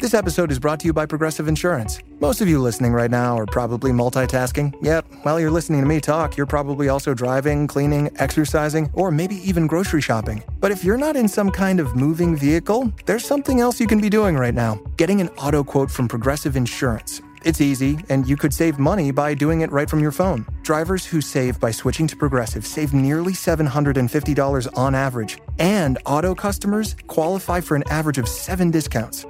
This episode is brought to you by Progressive Insurance. Most of you listening right now are probably multitasking. Yep, while you're listening to me talk, you're probably also driving, cleaning, exercising, or maybe even grocery shopping. But if you're not in some kind of moving vehicle, there's something else you can be doing right now getting an auto quote from Progressive Insurance. It's easy, and you could save money by doing it right from your phone. Drivers who save by switching to Progressive save nearly $750 on average, and auto customers qualify for an average of seven discounts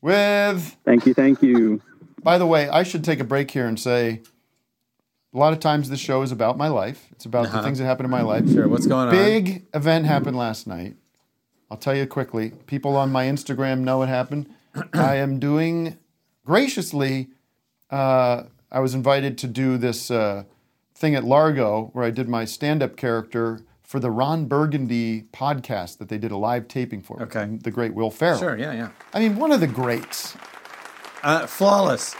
With
Thank you. Thank you.
By the way, I should take a break here and say a lot of times this show is about my life. It's about the
Uh-huh.
things that happened in my life.
Sure, what's going on?
Big event happened last night. I'll tell you quickly. People on my Instagram know what happened. I am doing graciously. Uh, I was invited to do this uh, thing at Largo where I did my stand-up character for the Ron Burgundy podcast that they did a live taping for. Okay. The great Will Ferrell.
Sure. Yeah. Yeah.
I mean, one of the greats.
Uh, flawless.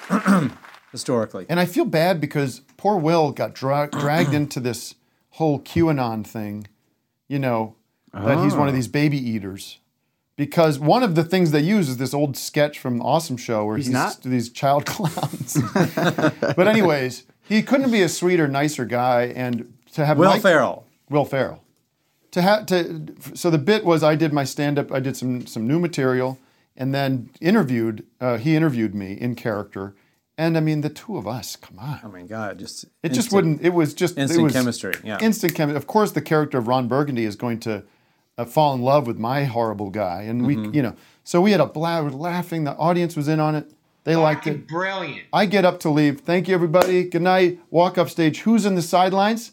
historically.
And I feel bad because poor Will got dra- dragged into this whole QAnon thing, you know, that he's one of
Oh.
these baby eaters. Because one of the things they use is this old sketch from the Awesome Show where
He's
he's,
not?
these child clowns. but anyways, he couldn't be a sweeter, nicer guy, and to have
Will
Mike-
Ferrell.
Will Ferrell. To have to, so the bit was I did my stand up, I did some some new material, and then interviewed. Uh, he interviewed me in character, and I mean the two of us. Come on.
Oh my God, just
It just
instant-
wouldn't. It was just it
instant
was
chemistry. Yeah,
instant chemistry. Of course, the character of Ron Burgundy is going to uh, fall in love with my horrible guy, and we,
Mm-hmm.
Mhm.
you know, so we had a blast. We were laughing. The audience was in on it. They liked it.
Brilliant.
I get up to leave. Thank you, everybody. Good night. Walk up stage. Who's in the sidelines?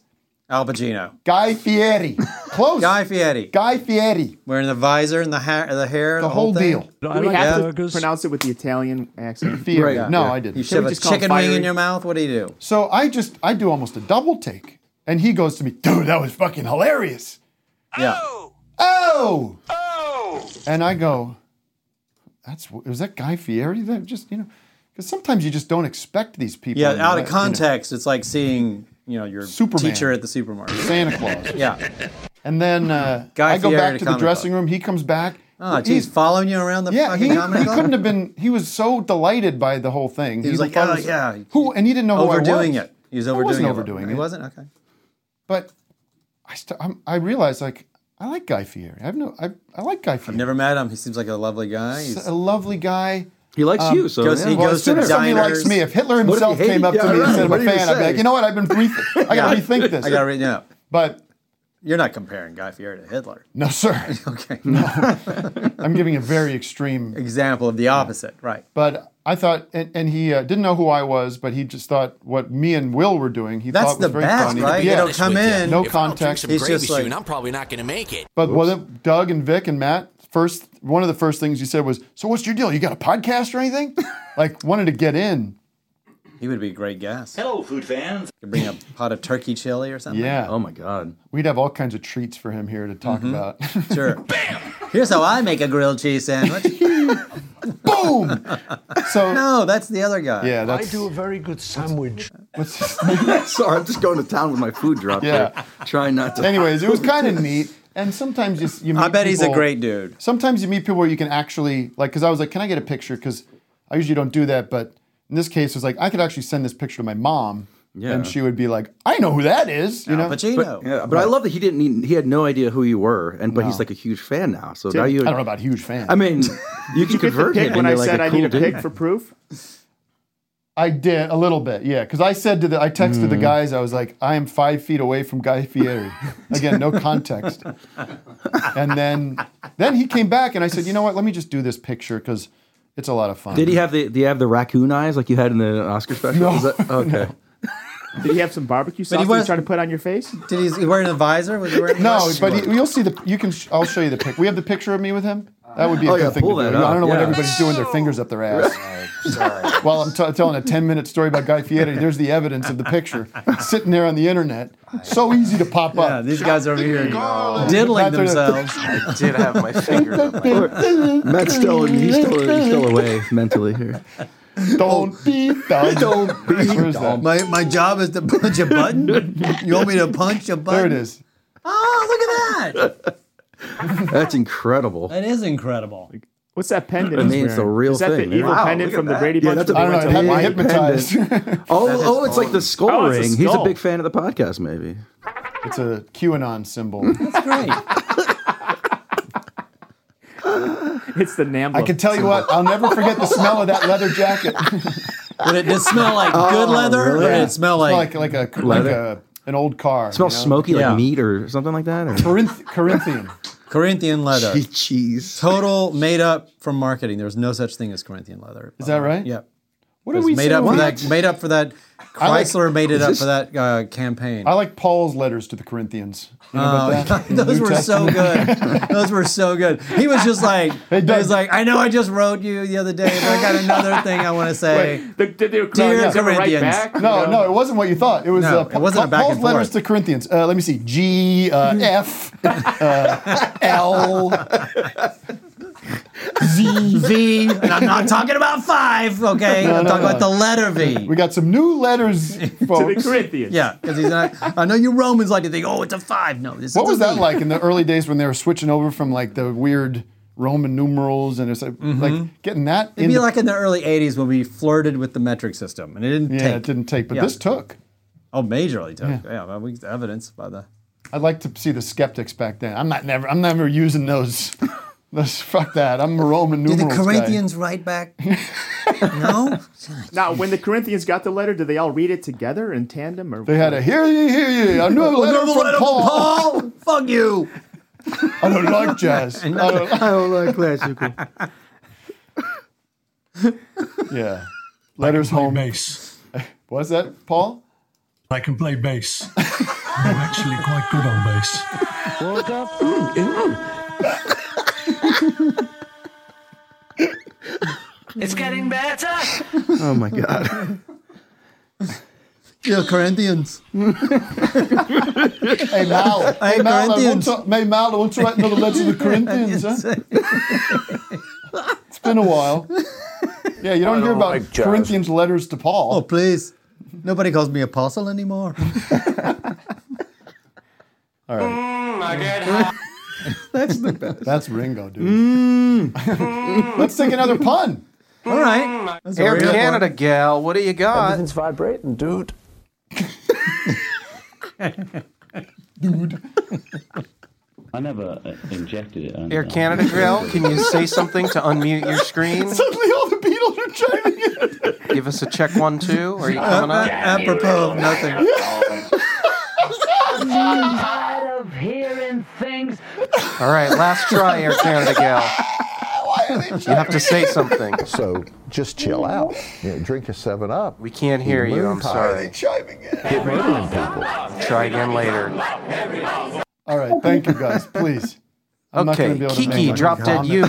Al Pacino.
Guy Fieri. Close.
Guy Fieri.
Guy Fieri.
Wearing the visor and the hair, the hair, the, thing.
Do we have
Yeah.
to pronounce it with the Italian accent?
Fieri. No, I didn't.
You shove a chicken wing in your mouth. What do you do?
So I just I do almost a double take, and he goes to me, dude, that was fucking hilarious.
Yeah.
Oh. Oh. And I go, that's was that Guy Fieri that just you know, because sometimes you just don't expect these people.
Yeah,
in your
out of
life, you know.
context, it's like seeing you know your
Superman.
teacher at the supermarket,
Santa Claus.
Yeah,
And then uh,
Guy
I go
Fieri
back
to
to the
Comic
dressing room. He comes back.
Oh,
He's-
geez, following you around the
yeah, he,
fucking comedy
he
club?
couldn't have been. He was so delighted by the whole thing.
He was like,
thought it
"Oh, yeah."
Who and he didn't know who I was.
Overdoing it. He was
I
overdoing
wasn't
it a little
overdoing
bit.
it.
He wasn't? Okay.
But I, st- I'm, I realized like I like Guy Fieri. I've no, I, I like Guy Fieri.
I've never met him. He seems like a lovely guy. He's, um,
He's a lovely guy. Um,
He likes you, so,
Goes- yeah. he
well,
goes
as soon
to
as somebody
diners.
likes me, if Hitler
What if he
himself
hated-
came up to
Yeah,
me and
right.
said I'm
What
a
do you
fan, I'd be
say?
like, you know what? I've been brief. I gotta
Yeah.
rethink this.
I gotta re- no.
But
you're not comparing Guy Fieri to Hitler.
No, sir.
okay.
I'm giving a very extreme
example of the opposite, right?
But I thought, and, and he uh, didn't know who I was, but he just thought what me and Will were doing. He
That's
thought was
the
very
best,
funny.
right?
Yeah,
They don't come in.
no
If I don't
context.
drink some gravy soon. I'm probably not going to make it.
But well, then Doug and Vic and Matt first. One of the first things you said was, "So what's your deal? You got a podcast or anything?" like wanted to get in.
He would be a great guest.
Hello, food fans.
Could bring a pot of turkey chili or something.
Yeah. Oh
my God.
We'd have all kinds of treats for him here to talk
Mhm.
about.
Sure. Bam! Here's how I make a grilled cheese sandwich.
Boom! So
no, that's the other guy.
Yeah,
that's-
I do a very good sandwich.
Sorry, I'm just going to town with my food drop
Yeah.
there. Trying not to.
Anyways, it was kind of neat. And sometimes you, s- you meet
I bet he's a
people-
great
dude.
Sometimes you meet people where you can actually like. Because I was like, can I get a picture? Because I usually don't do that, but in this case, it was like I could actually send this picture to my mom,
Yeah.
and she would be like, I know who that is. You know,
But, yeah, but I love that he didn't. Need, he had no idea who you were, and but he's like a huge fan now. So
Dude,
now you.
I don't know about huge fan.
I mean, you
Did you
can
get the
convert
pic
him.
when
into,
I
like,
said I
cool
need a pic
dude.
for proof? I did a little bit, yeah. Because I said to the, I texted the guys, I was like, I am five feet away from Guy Fieri. Again, no context. and then, then he came back, and I said, you know what? Let me just do this picture because it's a lot of fun.
Did he have the? Do you have the raccoon eyes like you had in the Oscar special?
No.
Is that- okay.
Did he have some barbecue sauce that
was-
you tried to put on your face?
Did he, he wearing a visor? Was he wearing a
No,
visor?
but he, you'll see the. You can. Sh- I'll show you the pic. We have the picture of me with him. That would be a
Oh,
good
yeah,
thing to
pull
do.
that
I don't
up,
know what
yeah.
everybody's doing their fingers up their ass. While I'm t- telling a 10 minute story about Guy Fieri, there's the evidence of the picture sitting there on the internet. So easy to pop up. Yeah,
these guys over here diddling themselves.
I did have my fingers up my
Matt's still he's still he's still away mentally here.
Don't be dumb.
Don't be dumb.
My, my job is to punch a button. You want me to punch a button?
There it is.
Oh, look at that.
That's incredible.
That is incredible.
What's that pendant?
I
he's
mean, it's a
wearing?
real
Is that
thing.
the evil
Wow,
pendant
look at
from the
that.
Brady
Yeah,
Bunch?
that's a
when
big
they went to Hawaii?
pendant. Oh, oh, it's like the skull
Oh, it's a
ring. He's a
skull.
big fan of the podcast, maybe.
It's a QAnon symbol.
That's great.
It's the Nambla.
I can tell you what, I'll never forget the smell of that leather jacket.
Would it just smell like good
Oh,
leather? Or
really?
did it smell
like
like,
like a like
Leather?
a, an old car?
It smells
you know?
smoky
Yeah.
like meat or something like that. Or?
Corinth- Corinthian.
Corinthian leather?
Gee, Cheese.
Total made up from marketing. There's no such thing as Corinthian leather.
Is that right?
Yep.
What are
It's
we
made up
saying?
for that? Made up for that.
I like-
Chrysler made it
Is
up
this-
for that uh, campaign.
I like Paul's letters to the Corinthians. You know about
Oh,
that? In the
those
New
were so
Testament.
good. Those were so good. He was just like, he
Doug.
was like, I know I just wrote you the other day, but I got another thing I want to say.
did they
Dear Corinthians,
No, no, it wasn't what you thought. It was
No,
uh,
it wasn't a back
Paul's
and
letters to
forth.
Corinthians. Uh, let me see, G, uh, F, uh, L.
V. V. And I'm not talking about five, okay?
No,
I'm
no,
talking
no.
about the letter V.
We got some new letters, folks.
Yeah, because he's not. I know you Romans like to think, oh, it's a five. No, this
What
is
was
a
that
V.
like in the early days when they were switching over from like the weird Roman numerals and it's like, like getting that?
Mm-hmm. It'd be like in the early 80s when we flirted with the metric system, and it didn't
Yeah,
take.
it didn't take, but
Yeah.
this took.
Oh, majorly took. Yeah, well, we evidence by the.
I'd like to see the skeptics back then. I'm not never. I'm never using those. those fuck that. I'm a Roman
Did the
numerals. guy.
Corinthians write back? no.
Now, when the Corinthians got the letter, did they all read it together in tandem, or
They had a hear ye, hear ye. A new
Oh,
Another
letter from
letter from
Paul.
Paul. Fuck you.
I don't like jazz. I don't, I don't like classical. yeah. Letters home.
Bass.
What's that, Paul?
I can play bass. I'm actually quite good on bass. Woke up.
It's getting better.
Oh my god.
Yeah, Corinthians.
Hey, Mal.
Hey,
Hey, Mal. I want
Corinthians.
to, hey, Mal, I want to write another letter to the Corinthians. huh? It's been a while. Yeah, you don't,
I
hear
don't
about
like jazz.
Corinthians letters to Paul.
Oh, please. Nobody calls me apostle anymore.
All right.
Mm,
That's the best. Mm.
That's Ringo, dude. Let's take another pun.
All
Mm.
Mm,
right.
Air Canada gal, what do you got?
Everything's vibrating, dude.
dude.
I never uh, injected it. and-
Air Canada gal, can you say something to unmute your screen?
Suddenly all the Beatles are chiming in.
Give us a check one, two. Are you coming up?
Uh, apropos of nothing.
tired of hearing things.
All right, last try, Air Canada gal. You have to say something.
So just chill out. You know, drink a seven up. We
Can't hear you. I'm sorry.
chiming in?
Get rid of people. Try again later.
All right, thank you guys, please. I'm not
okay,
gonna be able to make
Kiki,
my
drop dead
comment.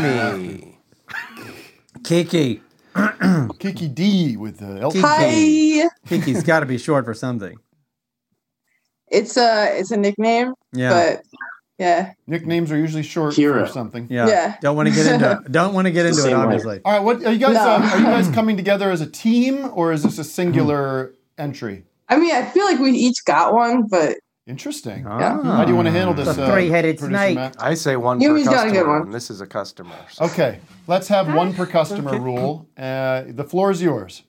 Yumi.
Kiki.
Kiki D with the L.
Hi.
Kiki's got to be short for something.
It's a it's a nickname.
Yeah.
But yeah.
Nicknames are usually short
Hero.
or something.
Yeah.
Yeah.
Don't want to get into it. Don't want to get into it, obviously.
All right, what are you guys?
No.
Um, are you guys coming together as a team, or is this a singular entry?
I mean, I feel like we each got one, but
Interesting. How do you want to handle this? uh, producer Matt?
Ah. I say one
Yumi's
per
got a
customer.
good one.
and This is a customer.
Okay, let's have one per customer rule. Uh, the floor is yours.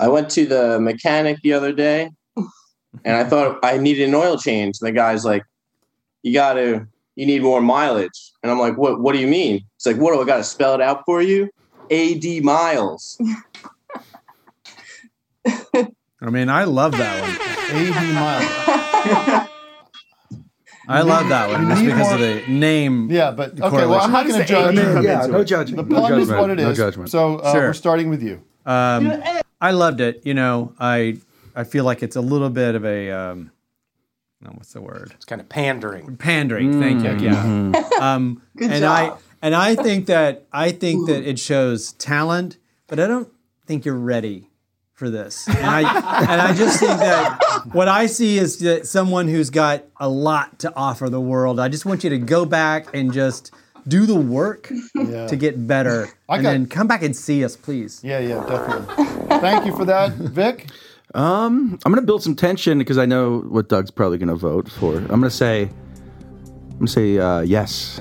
I went to the mechanic the other day and I thought I needed an oil change. And the guy's like, You gotta you need more mileage. And I'm like, What what do you mean? It's like, what do I gotta spell it out for you? A D miles.
I mean, I love that one.
Eighty miles.
I love that one
You
just
need
because of
more-
the name.
Yeah, but Okay, well, I'm not going to judge. The pun is what it is. So uh, we're starting with you.
Um, I loved it. You know, I I feel like it's a little bit of a um, no, what's the word? It's
kind of pandering.
Pandering. Thank you. Yeah. um,
Good
and
job.
I and I think that I think that it shows talent, but I don't think you're ready for this. And I and I just think that what I see is that someone who's got a lot to offer the world. I just want you to go back and just do the work
Yeah.
to get better,
I
and
got-
then come back and see us, please.
Yeah, yeah, definitely. Thank you for that, Vic.
Um, I'm gonna build some tension because I know what Doug's probably gonna vote for. I'm gonna say, I'm gonna say uh, yes.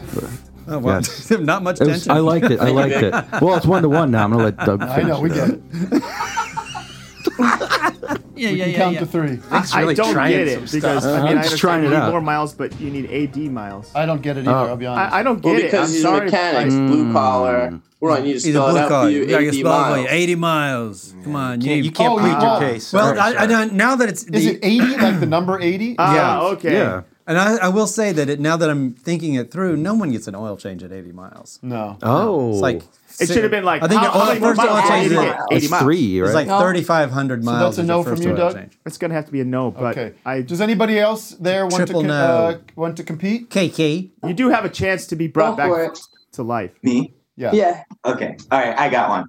Oh, wow.
Yes.
Not much
It was-
tension.
I liked it. I liked it. Well, it's one to one now. I'm gonna let Doug.
I
finish
know, we
it
get
up.
it. Yeah,
we
yeah,
can
yeah,
count
yeah.
to three.
I, I don't get it because I
I'm
mean, I
Uh-huh. just
understand
trying
you
it
need
out.
more miles, but you need AD miles.
I don't get it
either, Oh. I'll be
I, don't get
well,
it. I'm
because he's a
sorry.
mechanic,
I-
blue
Mm.
collar. We're on you to spell it out for you.
gotta get
80
spelled for
miles.
you. 80 miles. Come on. You,
can't- you can't Oh, plead you your won't. case.
Well,
Sorry,
I, I
sorry. Ah,
don't, now that it's.
Is it 80, like the number 80?
Uh,
And I, I will say that it, now that I'm thinking it through, no one gets an oil change at 80 miles.
No.
Oh.
It's like.
It should have been like,
I think
how-
the
how
oil,
many
first
miles
oil
did
change
you
is
get? It's 80 miles. three,
It's
right?
like
No.
3,500
So
miles.
that's a
is the
no from
first
you,
oil
Doug?
change.
It's gonna have to be a no. But
Okay.
I
Does anybody else there want to
Triple
con-
no.
uh, want to compete?
KK,
you do have a chance to be brought
Go for
back to life.
Me?
Yeah.
Okay. All right. I got one.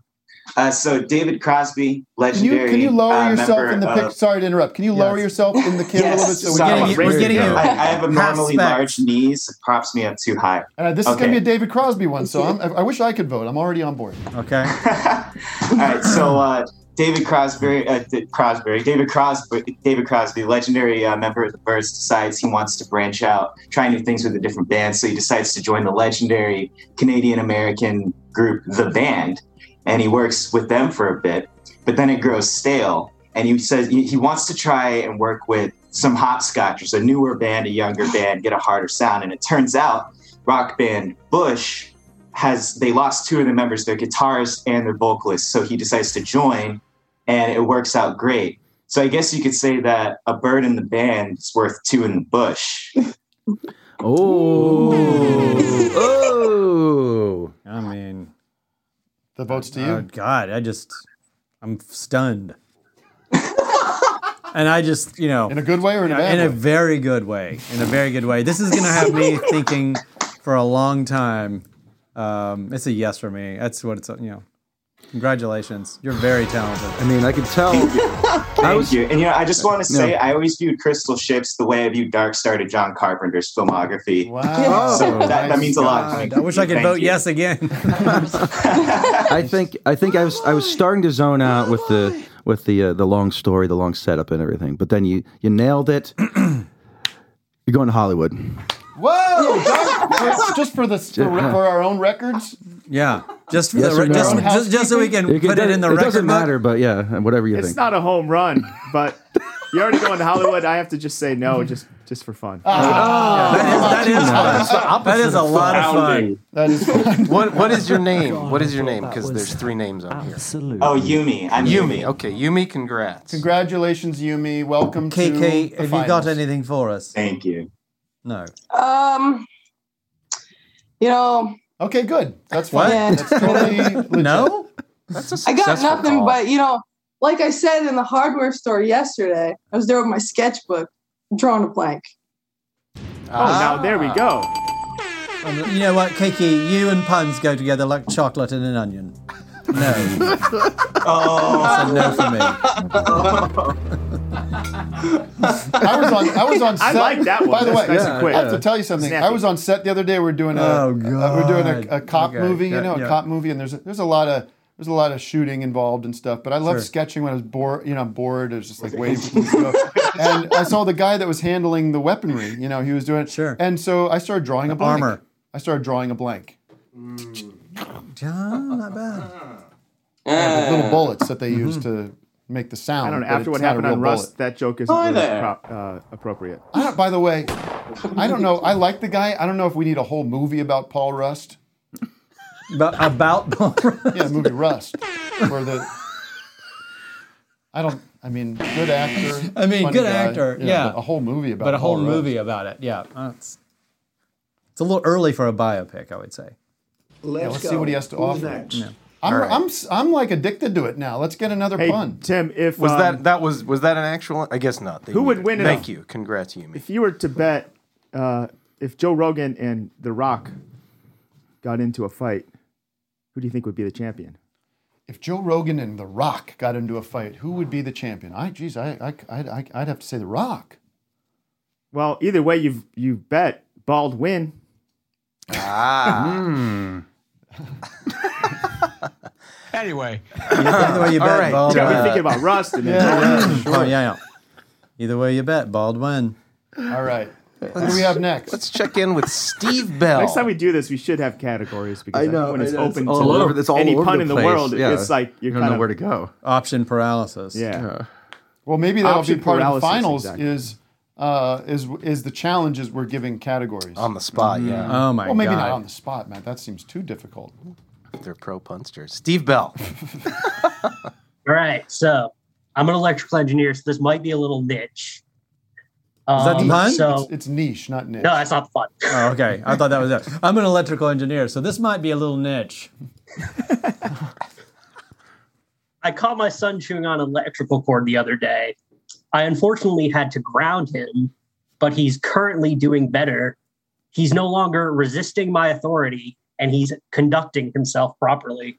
Uh, so David Crosby,
Can you,
legendary.
can you lower
uh,
yourself
member
in the
of-
pic? Sorry to interrupt. Can you lower yourself in the camera a little bit? So we
sorry.
can-
I, I have abnormally large knees. It props me up too high.
All right, uh, this is going to be a David Crosby one, so I'm, I wish I could vote. I'm already on board.
Okay.
All right, so uh, David Crosby, uh, D- Crosby, David Crosby, David Crosby, legendary uh, member of the Birds, decides he wants to branch out, try new things with a different band. So he decides to join the legendary Canadian American group, The Band, and he works with them for a bit. But then it grows stale, and he says he he wants to try and work with some hopscotchers, a newer band, a younger band, get a harder sound. And it turns out rock band Bush has they lost two of the members, their guitarist and their vocalist. So he decides to join, and it works out great. So I guess you could say that a bird in the band is worth two in the bush.
oh. I mean,
the votes to
you. Oh God, I just, I'm stunned. and I just, you know, in
a good way or in a bad
in a
way?
very good way, in a very good way. This is gonna have me thinking for a long time. Um, it's a yes for me. That's what it's, you know. Congratulations, you're very talented.
I mean, I could tell.
Thank you. And you know, I just want to say
Yeah.
I always viewed Crystal Ships the way I viewed Dark Star to John Carpenter's filmography.
Oh,
Wow. Oh
so that, that means a lot.
God,
coming
I wish
from
I
you.
could
Thank
vote
you.
yes again.
I think I think I was I was starting to zone out with the with the uh, the long story, the long setup, and everything. But then you you nailed it. You're going to Hollywood.
Whoa! Doc, just for the for,
Yeah.
for our own records.
Yeah, just for
Yes
the
or
re-
no?
just,
Own
just, just so we can
It- it
put it in
doesn't-
the
it
record
doesn't
book.
matter, but yeah, whatever you
It's
think.
not a home run, but you're already going to Hollywood. I have to just say no, just just for fun.
Ah. that is that is a lot of fun.
That is
what what is your name? what is your name? Because there's three names on here.
Oh, Yumi. I'm
Yumi.
Yumi.
Okay, Yumi. Congrats.
Congratulations, Yumi. Welcome to
KK,
the
have you got
finals.
anything for us?
Thank you.
No.
Um, you know,
Okay, good. That's
What?
fine. That's totally
no.
I got
successful
nothing,
call.
but you know, like I said in the hardware store yesterday, I was there with my sketchbook, drawing a blank.
Oh, now there we go.
Um, You know what, Kiki? You and puns go together like chocolate and an onion. No.
oh,
That's a no for me.
I was on. I was on. Set.
I like that one.
By the
That's
way,
nice and quick.
I have to tell you something. I was on set the other day. We're doing a.
Oh,
uh, we're doing a, a
God.
cop
Okay,
movie.
yeah,
You know,
yeah.
a cop movie, and there's a, there's a lot of there's a lot of shooting involved and stuff. But I love
Sure.
sketching when I was bored. You know, I'm bored. I was just like waiting for things to go. And I saw the guy that was handling the weaponry. You know, he was doing it. Sure. And so I started drawing a blank.
armor.
I started drawing a blank.
John, not bad.
Yeah, the little bullets that they use to make the sound.
I don't know.
but
After
it's
what
not a
happened
real
on
bullet.
Rust, that joke isn't
Hi
really
there.
prop, uh, appropriate.
I don't, Ah, by the way, I don't know. I like the guy. I don't know if we need a whole movie about Paul Rust.
But about Paul Rust?
Yeah, the movie Rust. Where the. I don't. I mean, good actor.
I mean,
funny
good
guy,
actor, yeah.
but A whole movie about.
But a whole
Paul Rust.
movie about it. Yeah. That's, it's a little early for a biopic, I would say.
Yeah, let's see what he has to offer.
Yeah.
I'm,
All right.
I'm, I'm like addicted to it now. Let's get another
Hey,
pun.
Tim, if
Was
um,
that that was was that an actual? I guess not. They
Who would
needed-
win in a-
Thank you. Congrats, Yumi.
if you were to bet, uh, if Joe Rogan and The Rock got into a fight, who do you think would be the champion?
If Joe Rogan and The Rock got into a fight, who would be the champion? I, geez, I, I, I, I'd have to say The Rock.
Well, either way, you've you bet bald win.
Ah.
Anyway.
Either way you bet, Bald
Yeah, we're
win.
thinking about Rust and then-
Oh, yeah, yeah. Either way you bet, Bald win.
All right. What do we have next?
Let's check in with Steve Bell.
Next time we do this, we should have categories because
I
I
know,
think when
I
it's
know, it's
open
all
to
over- it's all
any
over
pun
the
in the
place,
world,
yeah.
it's like you're
You don't know
kind of
where to go.
Option paralysis.
Yeah.
Well, maybe that'll
Option
be part of the
paralysis,
finals.
exactly.
Is uh, is is the challenges we're giving categories
On the spot, yeah.
Oh, my
Well, maybe
God.
not on the spot, Matt. That seems too difficult.
They're pro punsters. Steve Bell.
All right, so I'm an electrical engineer, so this might be a little niche.
Is that
Um,
fun?
So
it's niche, not niche.
no, that's not fun.
Oh, okay. I thought that was it. I'm an electrical engineer, so this might be a little niche.
I caught my son chewing on an electrical cord the other day. I unfortunately had to ground him, but he's currently doing better. He's no longer resisting my authority and he's conducting himself properly.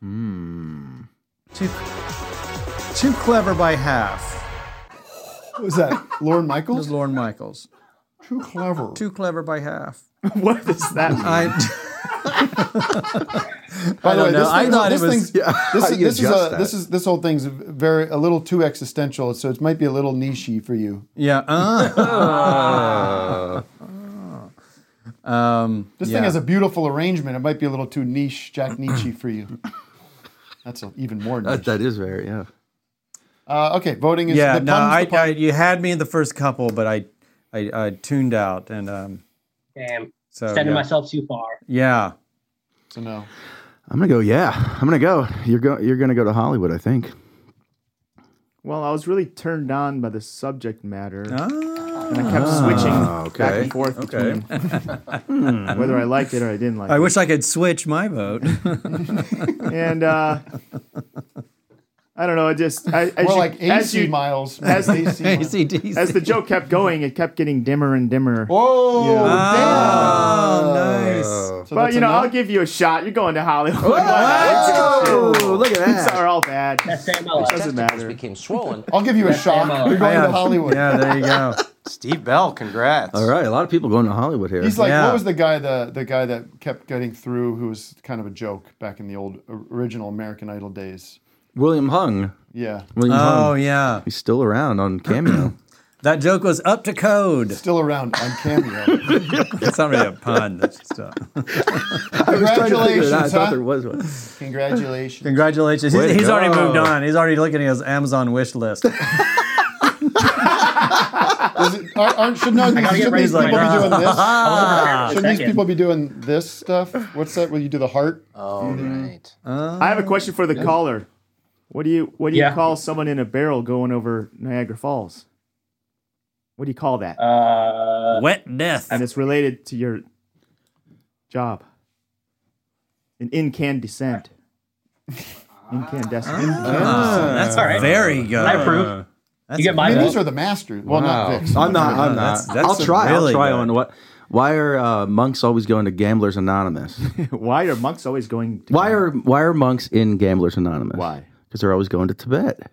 Hmm. Too, too clever by half.
What was that? Lauren Michaels?
It was Lauren Michaels.
Too clever.
Too clever by half.
what is that?
I,
By the
I
way,
don't know.
this,
I
thing-
thought
this
it was.
thing's- this,
How
is,
do you
this is
adjust
a,
that?
this is this whole thing's very a little too existential, so it might be a little nichey for you.
Yeah. Uh. um,
This
yeah.
thing has a beautiful arrangement. It might be a little too niche, Jack Nietzsche for you. That's a, even more niche.
That, that is very yeah.
Uh, okay, voting is
yeah,
the
no,
puns, the
I,
pun-
I, you had me in the first couple, but I, I, I tuned out, and um,
Damn.
so
Sending
yeah.
myself too far.
Yeah.
So no.
I'm gonna go. Yeah, I'm gonna go. You're go. You're gonna go to Hollywood, I think.
Well, I was really turned on by the subject matter, and I kept
Ah,
switching back
okay.
and forth
Okay. Hmm.
between whether I liked it or I didn't like
I
it.
wish I could switch my vote.
and uh, I don't know. I just I, as
More
you-
like
as
AC
you-
miles.
as the
AC miles.
ACDC.
as the joke kept going, it kept getting dimmer and dimmer.
Whoa!
Oh, nice.
well,
Oh.
that's
you know,
a no?
I'll give you a shot. You're going to Hollywood. Why not?
Whoa! Look at
These
that.
are all bad. It doesn't matter.
I'll give you a shot. You're going to Hollywood.
there you go.
Steve Bell, congrats.
All right, a lot of people going to Hollywood here.
He's like, what was the guy the the guy that kept getting through who was kind of a joke back in the old or- original American Idol days?
William Hung.
Yeah.
William
Oh,
Hung.
yeah.
He's still around on Cameo.
that joke was up to code.
Um, Still around on Cameo.
It's not really a pun. That's just a-
Congratulations,
I
huh?
thought there was one.
Congratulations.
Congratulations.
Way
He's,
to
he's already
go.
moved on. He's already looking at his Amazon wish list.
Is it, aren't, aren't- should no,
gotta
should
get
these people
raised like
be
that.
doing
Ah.
this? Shouldn't these
Second.
people be doing this stuff? What's that? Will you do the heart? Oh, right.
I have a question for the caller. What do you what do
Yeah.
you call someone in a barrel going over Niagara Falls? What do you call that?
Uh,
Wet death.
And it's related to your job. An incandescent. Incandescent.
Ah, that's
All right.
very good.
I approve.
Uh, That's
You get my
I mean,
vote.
these are the masters. Well,
Wow.
not Vicks.
I'm not. I'm not.
That's- that's
Uh, I'll
a
try.
really
I'll try
good-
on what. Why are uh, monks always going to Gamblers Anonymous?
Why are monks always going to
Why are Why are monks in Gamblers Anonymous?
Why?
Because they're always going to Tibet.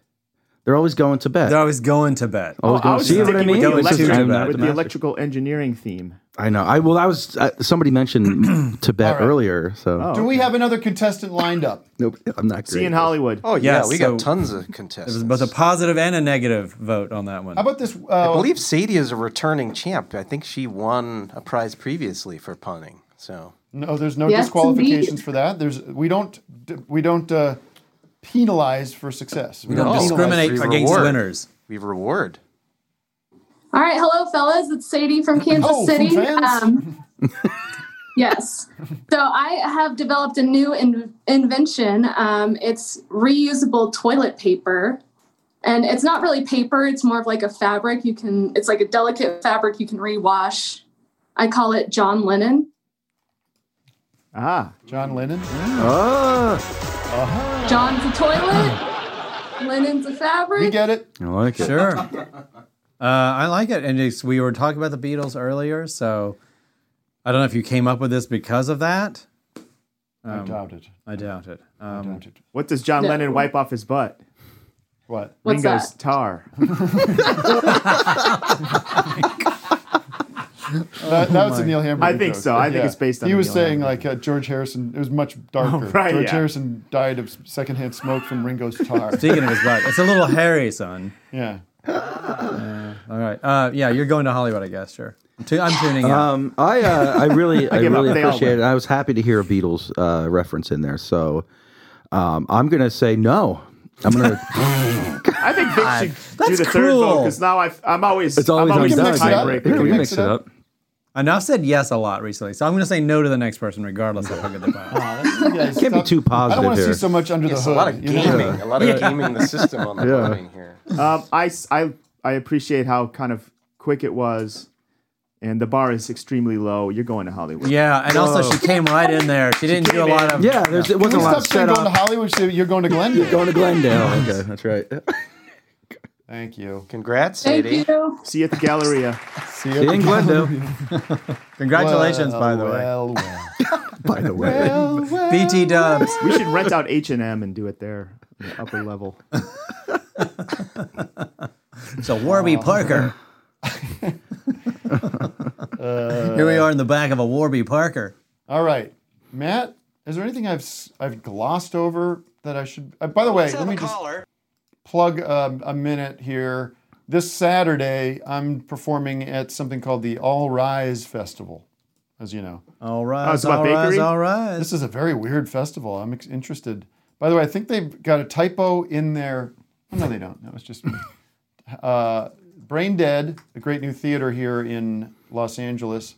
They're always going to bed.
They're always going to bed.
Always
I
going
was
see what I
sticking
mean.
with the,
It's just
electric,
I'm not
with
the
the
master.
electrical engineering theme.
I know. I well, I was uh, somebody mentioned Tibet earlier, so
Do we have another contestant lined up?
nope, I'm not.
See
great.
you in Hollywood.
Oh yeah, we
so
got tons of
It
contests.
was both a positive and a negative vote on that one.
How about this? Uh,
I believe Sadie is a returning champ. I think she won a prize previously for punning. So
No, there's no
Yes,
disqualifications
indeed.
for that. There's we don't we don't uh, penalize for success.
We don't
No.
discriminate
We
against
reward.
winners.
we reward.
All right, hello, fellas. It's Sadie from Kansas
Oh, from
City.
fans?
Um, yes. So I have developed a new in- invention. Um, it's reusable toilet paper, and it's not really paper. It's more of like a fabric. You can. It's like a delicate fabric you can rewash. I call it John Lennon.
Ah,
John Lennon. Uh-huh.
Oh,
John's a toilet. Lennon's a fabric.
We get it.
I like it.
Sure. Uh, I like it. And it's, we were talking about the Beatles earlier, so I don't know if you came up with this because of that.
I
Um,
doubt it.
I doubt it. Um,
doubt it.
What does John
No.
Lennon wipe off his butt? Oh
What?
What's
Ringo's
that?
tar.
That,
Oh
that's a
my
Neil Hamburger.
I think
joke.
so. I think it's based on
He
a
was
Neil
saying like uh, George Harrison. It was much darker.
right,
George
yeah.
Harrison died of secondhand smoke from Ringo's tar.
Speaking of his butt, it's a little hairy, son.
Yeah.
Uh, all right. Uh, yeah, you're going to Hollywood, I guess. Sure. I'm, tu- I'm tuning out.
Um, I uh, I really I,
I give up.
really
They all
appreciate
went.
it. I was happy to hear a Beatles uh, reference in there. So um, I'm gonna say no. I'm gonna.
I think Vic should do the third vote
cruel.
because now I've, I'm always
It's always
I'm always
on
the
Doug. Yeah,
tiebreaker.
we can mix it up.
And I've said yes a lot recently, so I'm going to say no to the next person, regardless of how good the butt. is.
Can't
be too
I don't
positive
want to
here.
see so much under
Yes,
the
a
hood.
lot of
you know?
gaming, a lot of gaming the system on the
Yeah.
plane here.
Um, I, s- I- I appreciate how kind of quick it was, and the bar is extremely low. You're going to Hollywood.
Yeah, and also she came right in there. She, didn't do a
came
lot
in.
of.
Yeah, there's- it
Can we stop saying going to Hollywood? Say You're going to Glendale. You're
going to Glendale. okay, that's right.
Thank you.
Congrats,
Thank
Sadie.
you.
See you at the Galleria.
See you at the
Congratulations, by the way.
Well, well.
by the
way. BT Dubs.
We should rent out H and M and do it there, on the upper level.
So Warby Parker.
Uh,
Here we are in the back of a Warby Parker.
All right, Matt. Is there anything I've s- I've glossed over that I should? Uh, by the way, let me just plug um, a minute here. This Saturday, I'm performing at something called the All Rise Festival, as you know.
All right.
Oh,
Oh,
all right. All right.
This is a very weird festival. I'm ex- interested. By the way, I think they've got a typo in their. Oh, no, they don't. No, it's just uh, Brain Dead, the great new theater here in Los Angeles,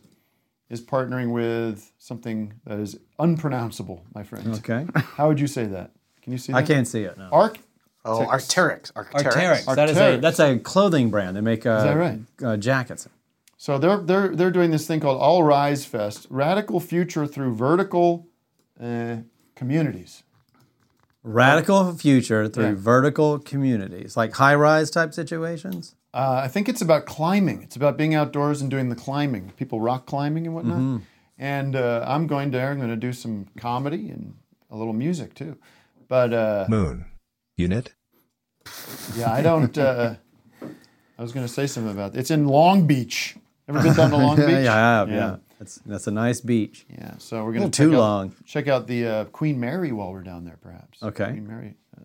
is partnering with something that is unpronounceable, my friend.
Okay.
How would you say that? Can you see?
I
that?
can't see it, no.
Arc.
Oh, Arcteryx.
Arcteryx. That is a
Arcteryx.
that's a clothing brand. They make uh,
that right?
uh, jackets.
So they're they're they're doing this thing called All Rise Fest: Radical Future through Vertical uh, Communities.
Radical future through
Yeah.
vertical communities, like high rise type situations.
Uh, I think it's about climbing. It's about being outdoors and doing the climbing. People rock climbing and whatnot.
Mhm.
And uh, I'm going there. I'm going to do some comedy and a little music too. But uh,
Moon. Unit.
yeah, I don't. Uh, I was going to say something about It's in Long Beach. Ever been down to Long Beach?
yeah, I have, yeah. That's that's a nice beach.
Yeah. So we're
A little
going to
too long.
Check out the uh, Queen Mary while we're down there, perhaps.
Okay.
Queen Mary. uh,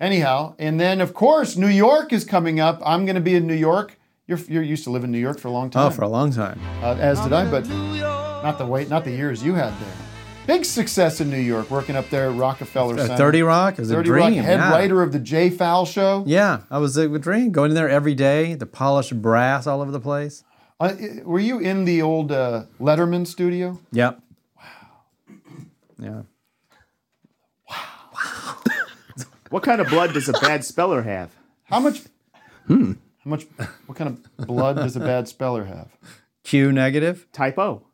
anyhow, and then of course New York is coming up. I'm going to be in New York. You're, you're used to live in New York for a long time.
Oh, for a long time.
uh, as did I, but not the wait, not the years you had there. Big success in New York, working up there at Rockefeller
Uh,
Center.
30 Rock is a
30 Rock,
dream,
head
yeah.
writer of the Jay Fowl Show.
Yeah, I was a dream going in there every day. The polished brass all over the place.
Uh, i- were you in the old uh, Letterman studio?
Yep. Wow. Yeah.
What kind of blood does a bad speller have?
How much? How much? What kind of blood does a bad speller have?
Q negative.
Typo.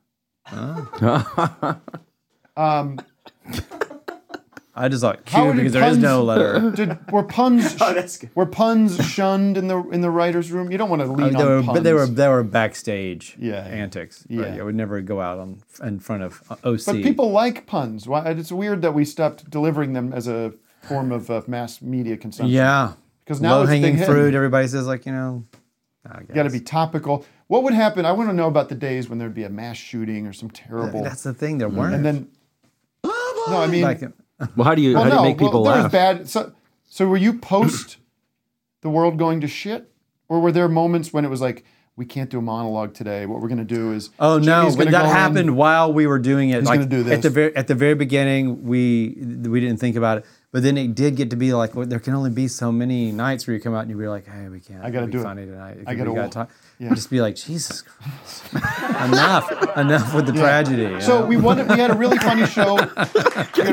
Um,
I just thought
how
Q
did
because there is
puns-
no letter.
Did, were puns? Were puns shunned in the in the writers' room? You don't want to
Uh,
lean
they
on
were,
puns.
but they were they were backstage
Yeah.
antics.
Yeah.
Yeah, I would never go out on in front of uh, OC.
But people like puns. Why? It's weird that we stopped delivering them as a form of uh, mass media consumption.
yeah,
because now it's a big
hanging
hit.
fruit. Everybody says like you know,
You got to be topical. What would happen? I want to know about the days when there'd be a mass shooting or some terrible.
that's the thing. There weren't.
And then, no, I mean,
Like,
Well, how do you
well,
how do
no,
you make people
well, there
laugh?
was bad. So, so were you post the world going to shit, or were there moments when it was like we can't do a monologue today? What we're going to do is
Oh no!
Jimmy's
But
gonna
that
go in-
happened while we were doing it.
He's
like,
gonna do
at the
this.
very at the very beginning. We we didn't think about it, but then it did get to be like well, there can only be so many nights where you come out and you be like, hey, we can't.
I gotta
be
do it.
funny
I
tonight. We
gotta
gotta
wa-
talk.
yeah.
Just be like, Jesus Christ, enough, enough with the
Yeah.
tragedy. you
So
know?
we wanted, we had a really funny show. we had a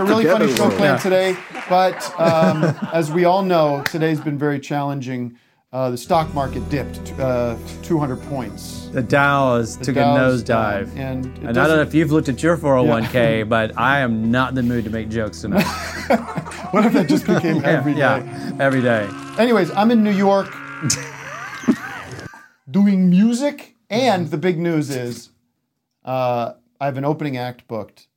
really
together,
funny show
world.
planned
Yeah.
today, but um, as we all know, today's been very challenging. Uh, the stock market dipped uh, 200 points.
The Dows took
Dow's
a nosedive.
down, and it
I don't know
doesn't-
if you've looked at your 401k, but I am not in the mood to make jokes tonight.
what if that just became every day?
Yeah, every day.
Anyways, I'm in New York doing music, and the big news is uh, I have an opening act booked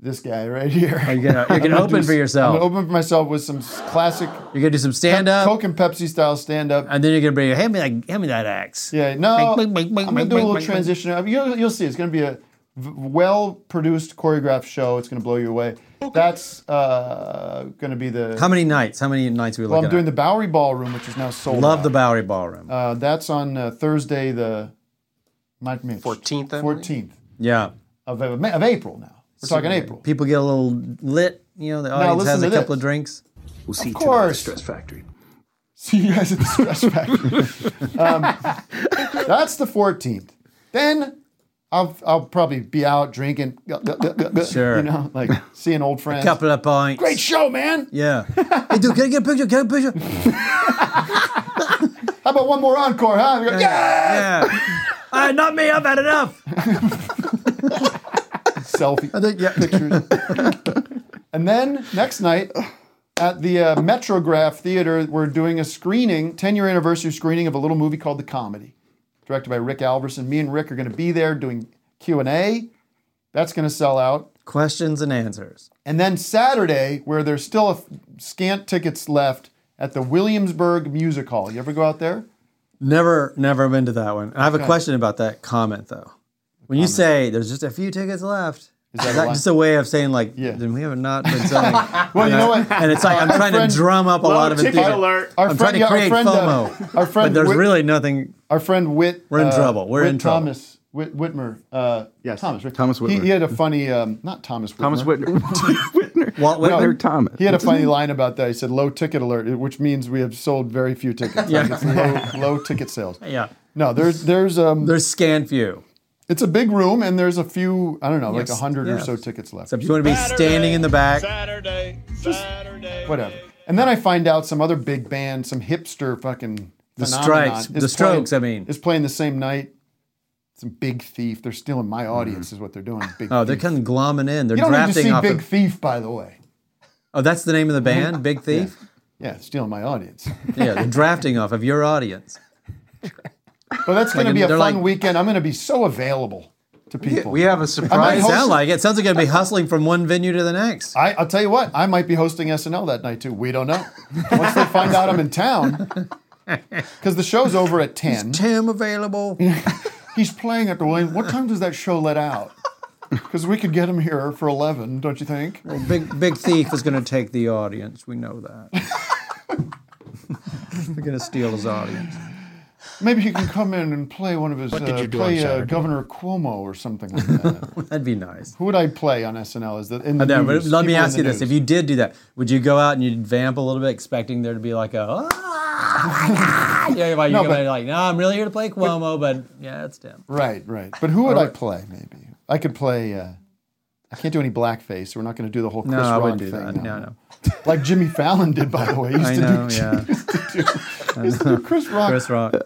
this guy right here.
Are Oh, you gonna- you're gonna
I'm do
open for
s-
yourself.
I'm gonna open for myself with some s- classic.
You're gonna do some stand up,
Coke and Pepsi style stand up,
and then you're gonna bring hand me that hand me that axe.
Yeah, no,
Bing, bing, bing, bing,
I'm gonna
bing,
do a
bing,
little
bing,
transition. I mean, You'll, you'll see. It's gonna be a v- well-produced, choreographed show. It's gonna blow you away. That's uh, gonna be the.
bing. How many nights? How many nights are we
Well, I'm
looking
doing the Bowery Ballroom, which is now
at?
sold.
Love the
out.
Bowery Ballroom.
Uh, that's on uh, Thursday, the fourteenth. Fourteenth
Yeah.
of, of Ma- of April. Now we're talking
So
April.
People get a little lit. You know, the
Now
audience
listen
has a
to this.
couple of drinks. We'll see
Of course. See you guys at the stress factory. um, that's the 14th. Then I'll I'll probably be out drinking.
Sure.
You know, like seeing old
A
friends.
couple of pints.
Great show, man.
Yeah. hey, dude, can I get a picture? Can I get a picture?
How about one more encore, huh? We go, yeah.
yeah. Uh, not me. I've had enough.
Selfie. pictures. and then next night at the uh, Metrograph Theater, we're doing a screening, 10 year anniversary screening of a little movie called The Comedy, directed by Rick Alverson. Me and Rick are going to be there doing Q and A. That's going to sell out.
Questions and answers.
And then Saturday, where there's still a f- scant tickets left at the Williamsburg Music Hall. You ever go out there?
Never, never been to that one. I have a
Okay.
question about that comment though. When you say there's just a few tickets left, is that,
that a lie?
just a way of saying like, then we have not been selling?
Well, you know
And
what?
I- And it's like I'm
Our
trying
friend-
to drum up a lot of enthusiasm.
Our
I'm
friend,
trying
yeah,
to create
our friend, uh,
FOMO.
our friend,
but there's
Whit-
really nothing.
Our friend Whit.
We're in
uh,
trouble. We're
Whit
in trouble.
Thomas. Whit, Whitmer. Uh, yes. Thomas. Right?
Thomas
He,
Whitmer.
he had a funny. Um, not Thomas. Whitmer.
Thomas Whitner.
Walt
No,
Whitner Thomas.
He had a
What's his
funny
name?
line about that. He said, "Low ticket alert," which means we have sold very few tickets. Like,
Yeah.
it's low, low ticket sales.
Yeah.
No, there's there's um
there's scan few.
It's a big room and there's a few I don't know like
Yes,
a hundred or
yes.
so tickets left.
So if you want to be standing in the back,
whatever. And then I find out some other big band, some hipster fucking
The
phenomenon
Strikes-
is
The Strokes,
playing-
I mean.
is playing the same night. Some big thief. They're stealing my audience, is what they're doing. Big
oh, they're
Thief.
kind of glomming in. They're
you don't need to
drafting
see
off.
Big
of,
Thief, by the way.
oh, that's the name of the band, Big Thief.
Yeah, stealing my audience.
Yeah, they're drafting off of your audience.
But that's going
Like,
to be a
they're
fun
like-
weekend. I'm going to be so available to people.
we have a
I
surprise.
might sound like it. Sounds like you're gonna be hustling from one venue to the next.
I, I'll tell you what, I might be hosting SNL that night too. We don't know. Once they find out I'm in town, because the show's over at 10.
Is Tim available?
He's playing at the William. What time does that show let out? Because we could get him here for 11, don't you think?
Well, Big Big Thief is gonna take the audience. We know that. They're gonna steal his audience.
Maybe he can come in and play one of his,
What did
uh,
you do on
play uh,
Saturday?
Governor Cuomo or something like that.
That'd be nice.
Who would I play on SNL? Is that in the
I know, but
movies?
let me
People in
ask
the
you this:
news.
If you did do that, would you go out and you'd vamp a little bit, expecting there to be like a? "Ah, yeah, you
No,
no,
but-
like, no, I'm really here to play Cuomo, but, yeah, it's Tim.
Right, right. But who would
Or-
I play? Maybe I could play. Uh, I can't do any blackface. so We're not going to do the whole Chris
No, I
Rock
wouldn't do
thing.
that. No, no.
Like Jimmy Fallon did, by the way. He used
I
to
know,
do,
yeah.
used to do, used to do Chris Rock.
Chris Rock.
It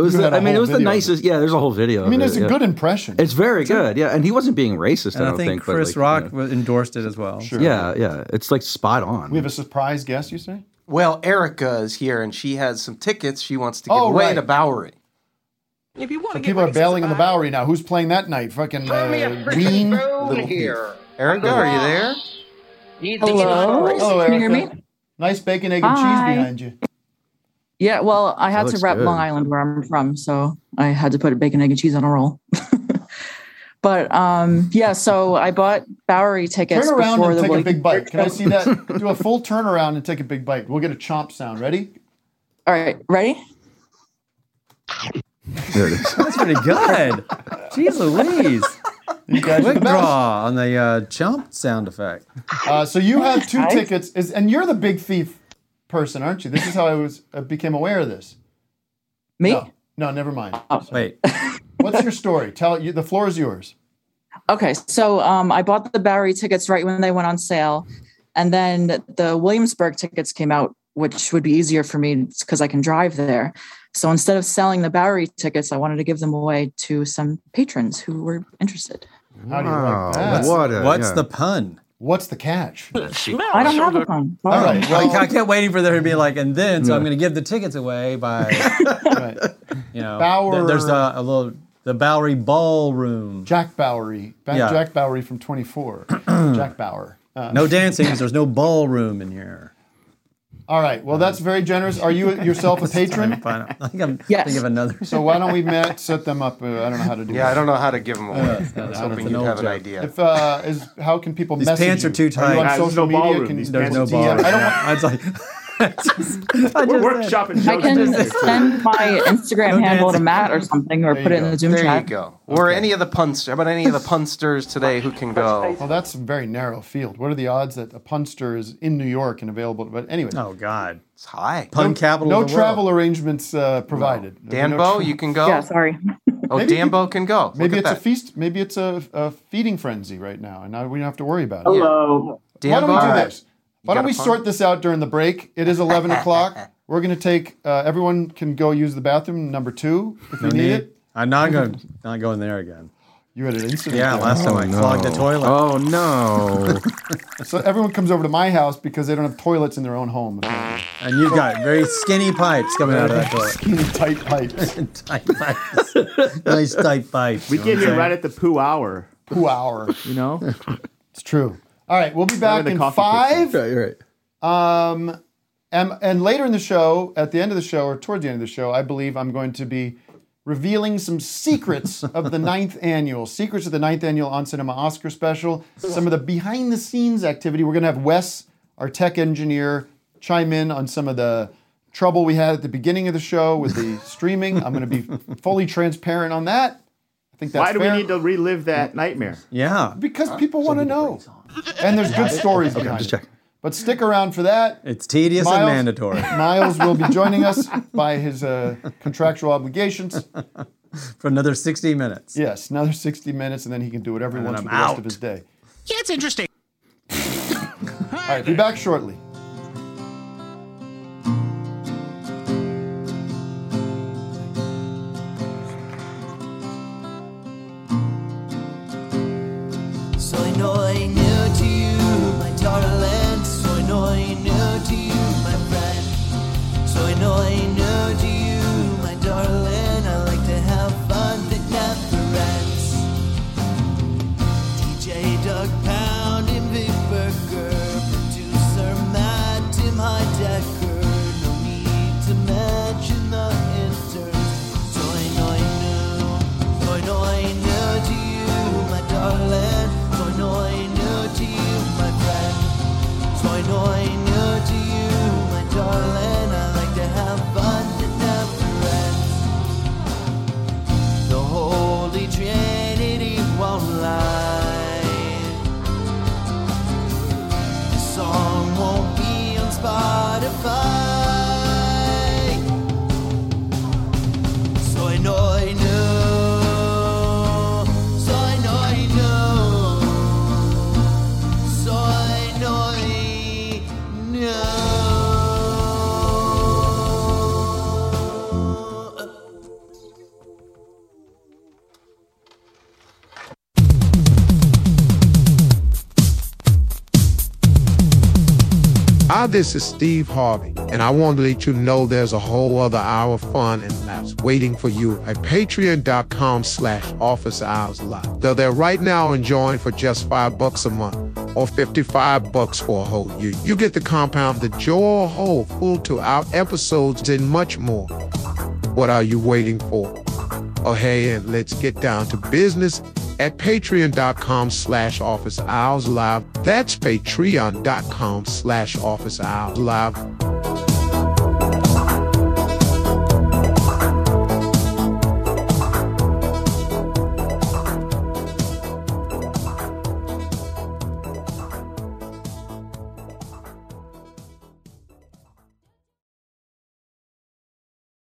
was.
You had
The,
a
I mean,
whole
it was the
video of it.
nicest. Yeah, there's a whole video.
I mean,
of
it's
it,
a
yeah.
good impression.
It's very good. Yeah, and he wasn't being racist.
And
I
I
don't think,
think
but,
Chris
like,
Rock
you know.
was endorsed it as well. Sure.
Yeah, yeah, it's like spot on.
We have a surprise guest. You say?
Well, Erica is here and she has some tickets she wants to give
Oh,
away
right.
to Bowery.
If you want so people are bailing on the Bowery now. Who's playing that night? Fucking uh, Ween. Little
here.
Thief.
Erica, are you there?
Hello.
Hello,
Can you hear
Erica.
me?
Nice bacon, egg, and
Hi.
cheese behind you.
Yeah, well, I
That
had to
looks
wrap
good.
Long Island where I'm from, so I had to put a bacon, egg, and cheese on a roll. but um, yeah, so I bought Bowery tickets
Turn around
before
and
the
take a
William-
big bite. Can I see that? Do a full turnaround and take a big bite. We'll get a chomp sound. Ready?
All right, ready?
There it is.
That's pretty good. Jeez Louise.
guys are
Quick
the best.
draw on the uh, chomp sound effect.
Uh, so you have two
Nice.
tickets, is, and you're the big thief person, aren't you? This is how I was I became aware of this.
Me?
No, no never mind.
Wait.
What's your story? Tell you. The floor is yours.
Okay, so um, I bought the Bowery tickets right when they went on sale, and then the Williamsburg tickets came out, which would be easier for me because I can drive there. So instead of selling the Bowery tickets, I wanted to give them away to some patrons who were interested.
How do you like that?
What's, what's the pun?
What's the catch?
I don't have a pun.
All right.
Like,
Well,
I kept waiting for there to be like, and then, so I'm going to give the tickets away by, you know,
Bower-
th- there's a, a little The Bowery Ballroom.
Jack Bowery. Ba-
Yeah.
Jack Bowery from 24. Jack Bauer. Uh,
No dancing 'cause there's no ballroom in here.
All right. Well, that's very generous. Are you yourself a patron?
I think I'm
Yes.
thinking of another.
So why don't we ma- set them up? Uh, I don't know how to do.
Yeah,
that.
I don't know how to give 'em away.
Uh,
I was
I don't
hoping
know.
you'd have an idea.
If uh, is how can people
These
message
pants
you?
are too tight.
you on
There's
social
no
media?
ballroom.
Can you
There's
people
no
DM?
ballroom.
I don't want
I was like,
We're
workshopping
I can
jokes.
send my Instagram handle to Matt or something, or put it in the Zoom
there
chat.
you go. Or any of the punsters. How about any of the punsters today who can go?
Well, that's a very narrow field. What are the odds that a punster is in New York and available? But anyway.
Oh God,
it's high.
No- No travel arrangements uh, provided.
Danbo,
No tra-
you can go? Yeah, sorry. Oh,
Maybe you
Danbo can go. Look
Maybe
at
it's a
that.
feast. Maybe it's a, a feeding frenzy right now, and now we don't have to worry about it.
Hello.
Why don't we
Danbo?
do
Alright.
this?
Oh, You
Why
got
don't
a
we
pun?
sort this out during the break? It is eleven o'clock. We're going to take uh, everyone can go use the bathroom number two if
No
we need
need.
it.
I'm not going not going there again.
You had an incident.
Yeah,
there.
last time I clogged the toilet.
Oh no!
So everyone comes over to my house because they don't have toilets in their own home. apparently.
And you've got very skinny pipes coming out of that toilet.
Skinny tight pipes.
tight pipes. nice tight pipes.
We
you know
get
what I'm
here
saying?
right at the poo hour.
Poo hour.
You know?
it's true. All right, we'll be back
in the
in
coffee
five.
Right, you're right.
Um, and, and later in the show, at the end of the show or toward the end of the show, I believe I'm going to be revealing some secrets of the ninth annual, secrets of the ninth annual on cinema Oscar special, some of the behind the scenes activity. We're going to have Wes, our tech engineer, chime in on some of the trouble we had at the beginning of the show with the streaming. I'm going to be fully transparent on that. I think that's
Why do
fair.
we need to relive that nightmare?
Yeah.
Because people want to know. And there's good stories behind it. But stick around for that.
It's tedious and mandatory.
Miles will be joining us by his uh, contractual obligations.
For another 60 minutes.
Yes, another 60 minutes, and then he can do whatever he
And then
wants for the
I'm
rest of
out.
his day.
Yeah, it's interesting.
All right, be back shortly.
So annoying new to you, my darling. So annoying new to you, my friend. So annoying new to you, my darling. I like to have fun that never ends. DJ Doug Pound and Big Burger, producer Matt Tim Heidecker. No need to mention the interns. So annoying new, so annoying new to you, my darling. So annoying new to you, my friend. So annoying new to you, my darling. I like to have fun that never ends. The Holy Trinity won't lie. The song won't be on Spotify. So I know I know. So I know I know. So I know I know.
Hi, this is Steve Harvey, and I want to let you know there's a whole other hour of fun and laughs waiting for you at patreon.com slash office hours live. Though they're right now enjoying for just five bucks a month or 55 bucks for a whole year. You get to compound the joy whole full to our episodes and much more. What are you waiting for? Oh, hey, and let's get down to business at patreon.com slash office hours live. That's patreon.com slash office hours live.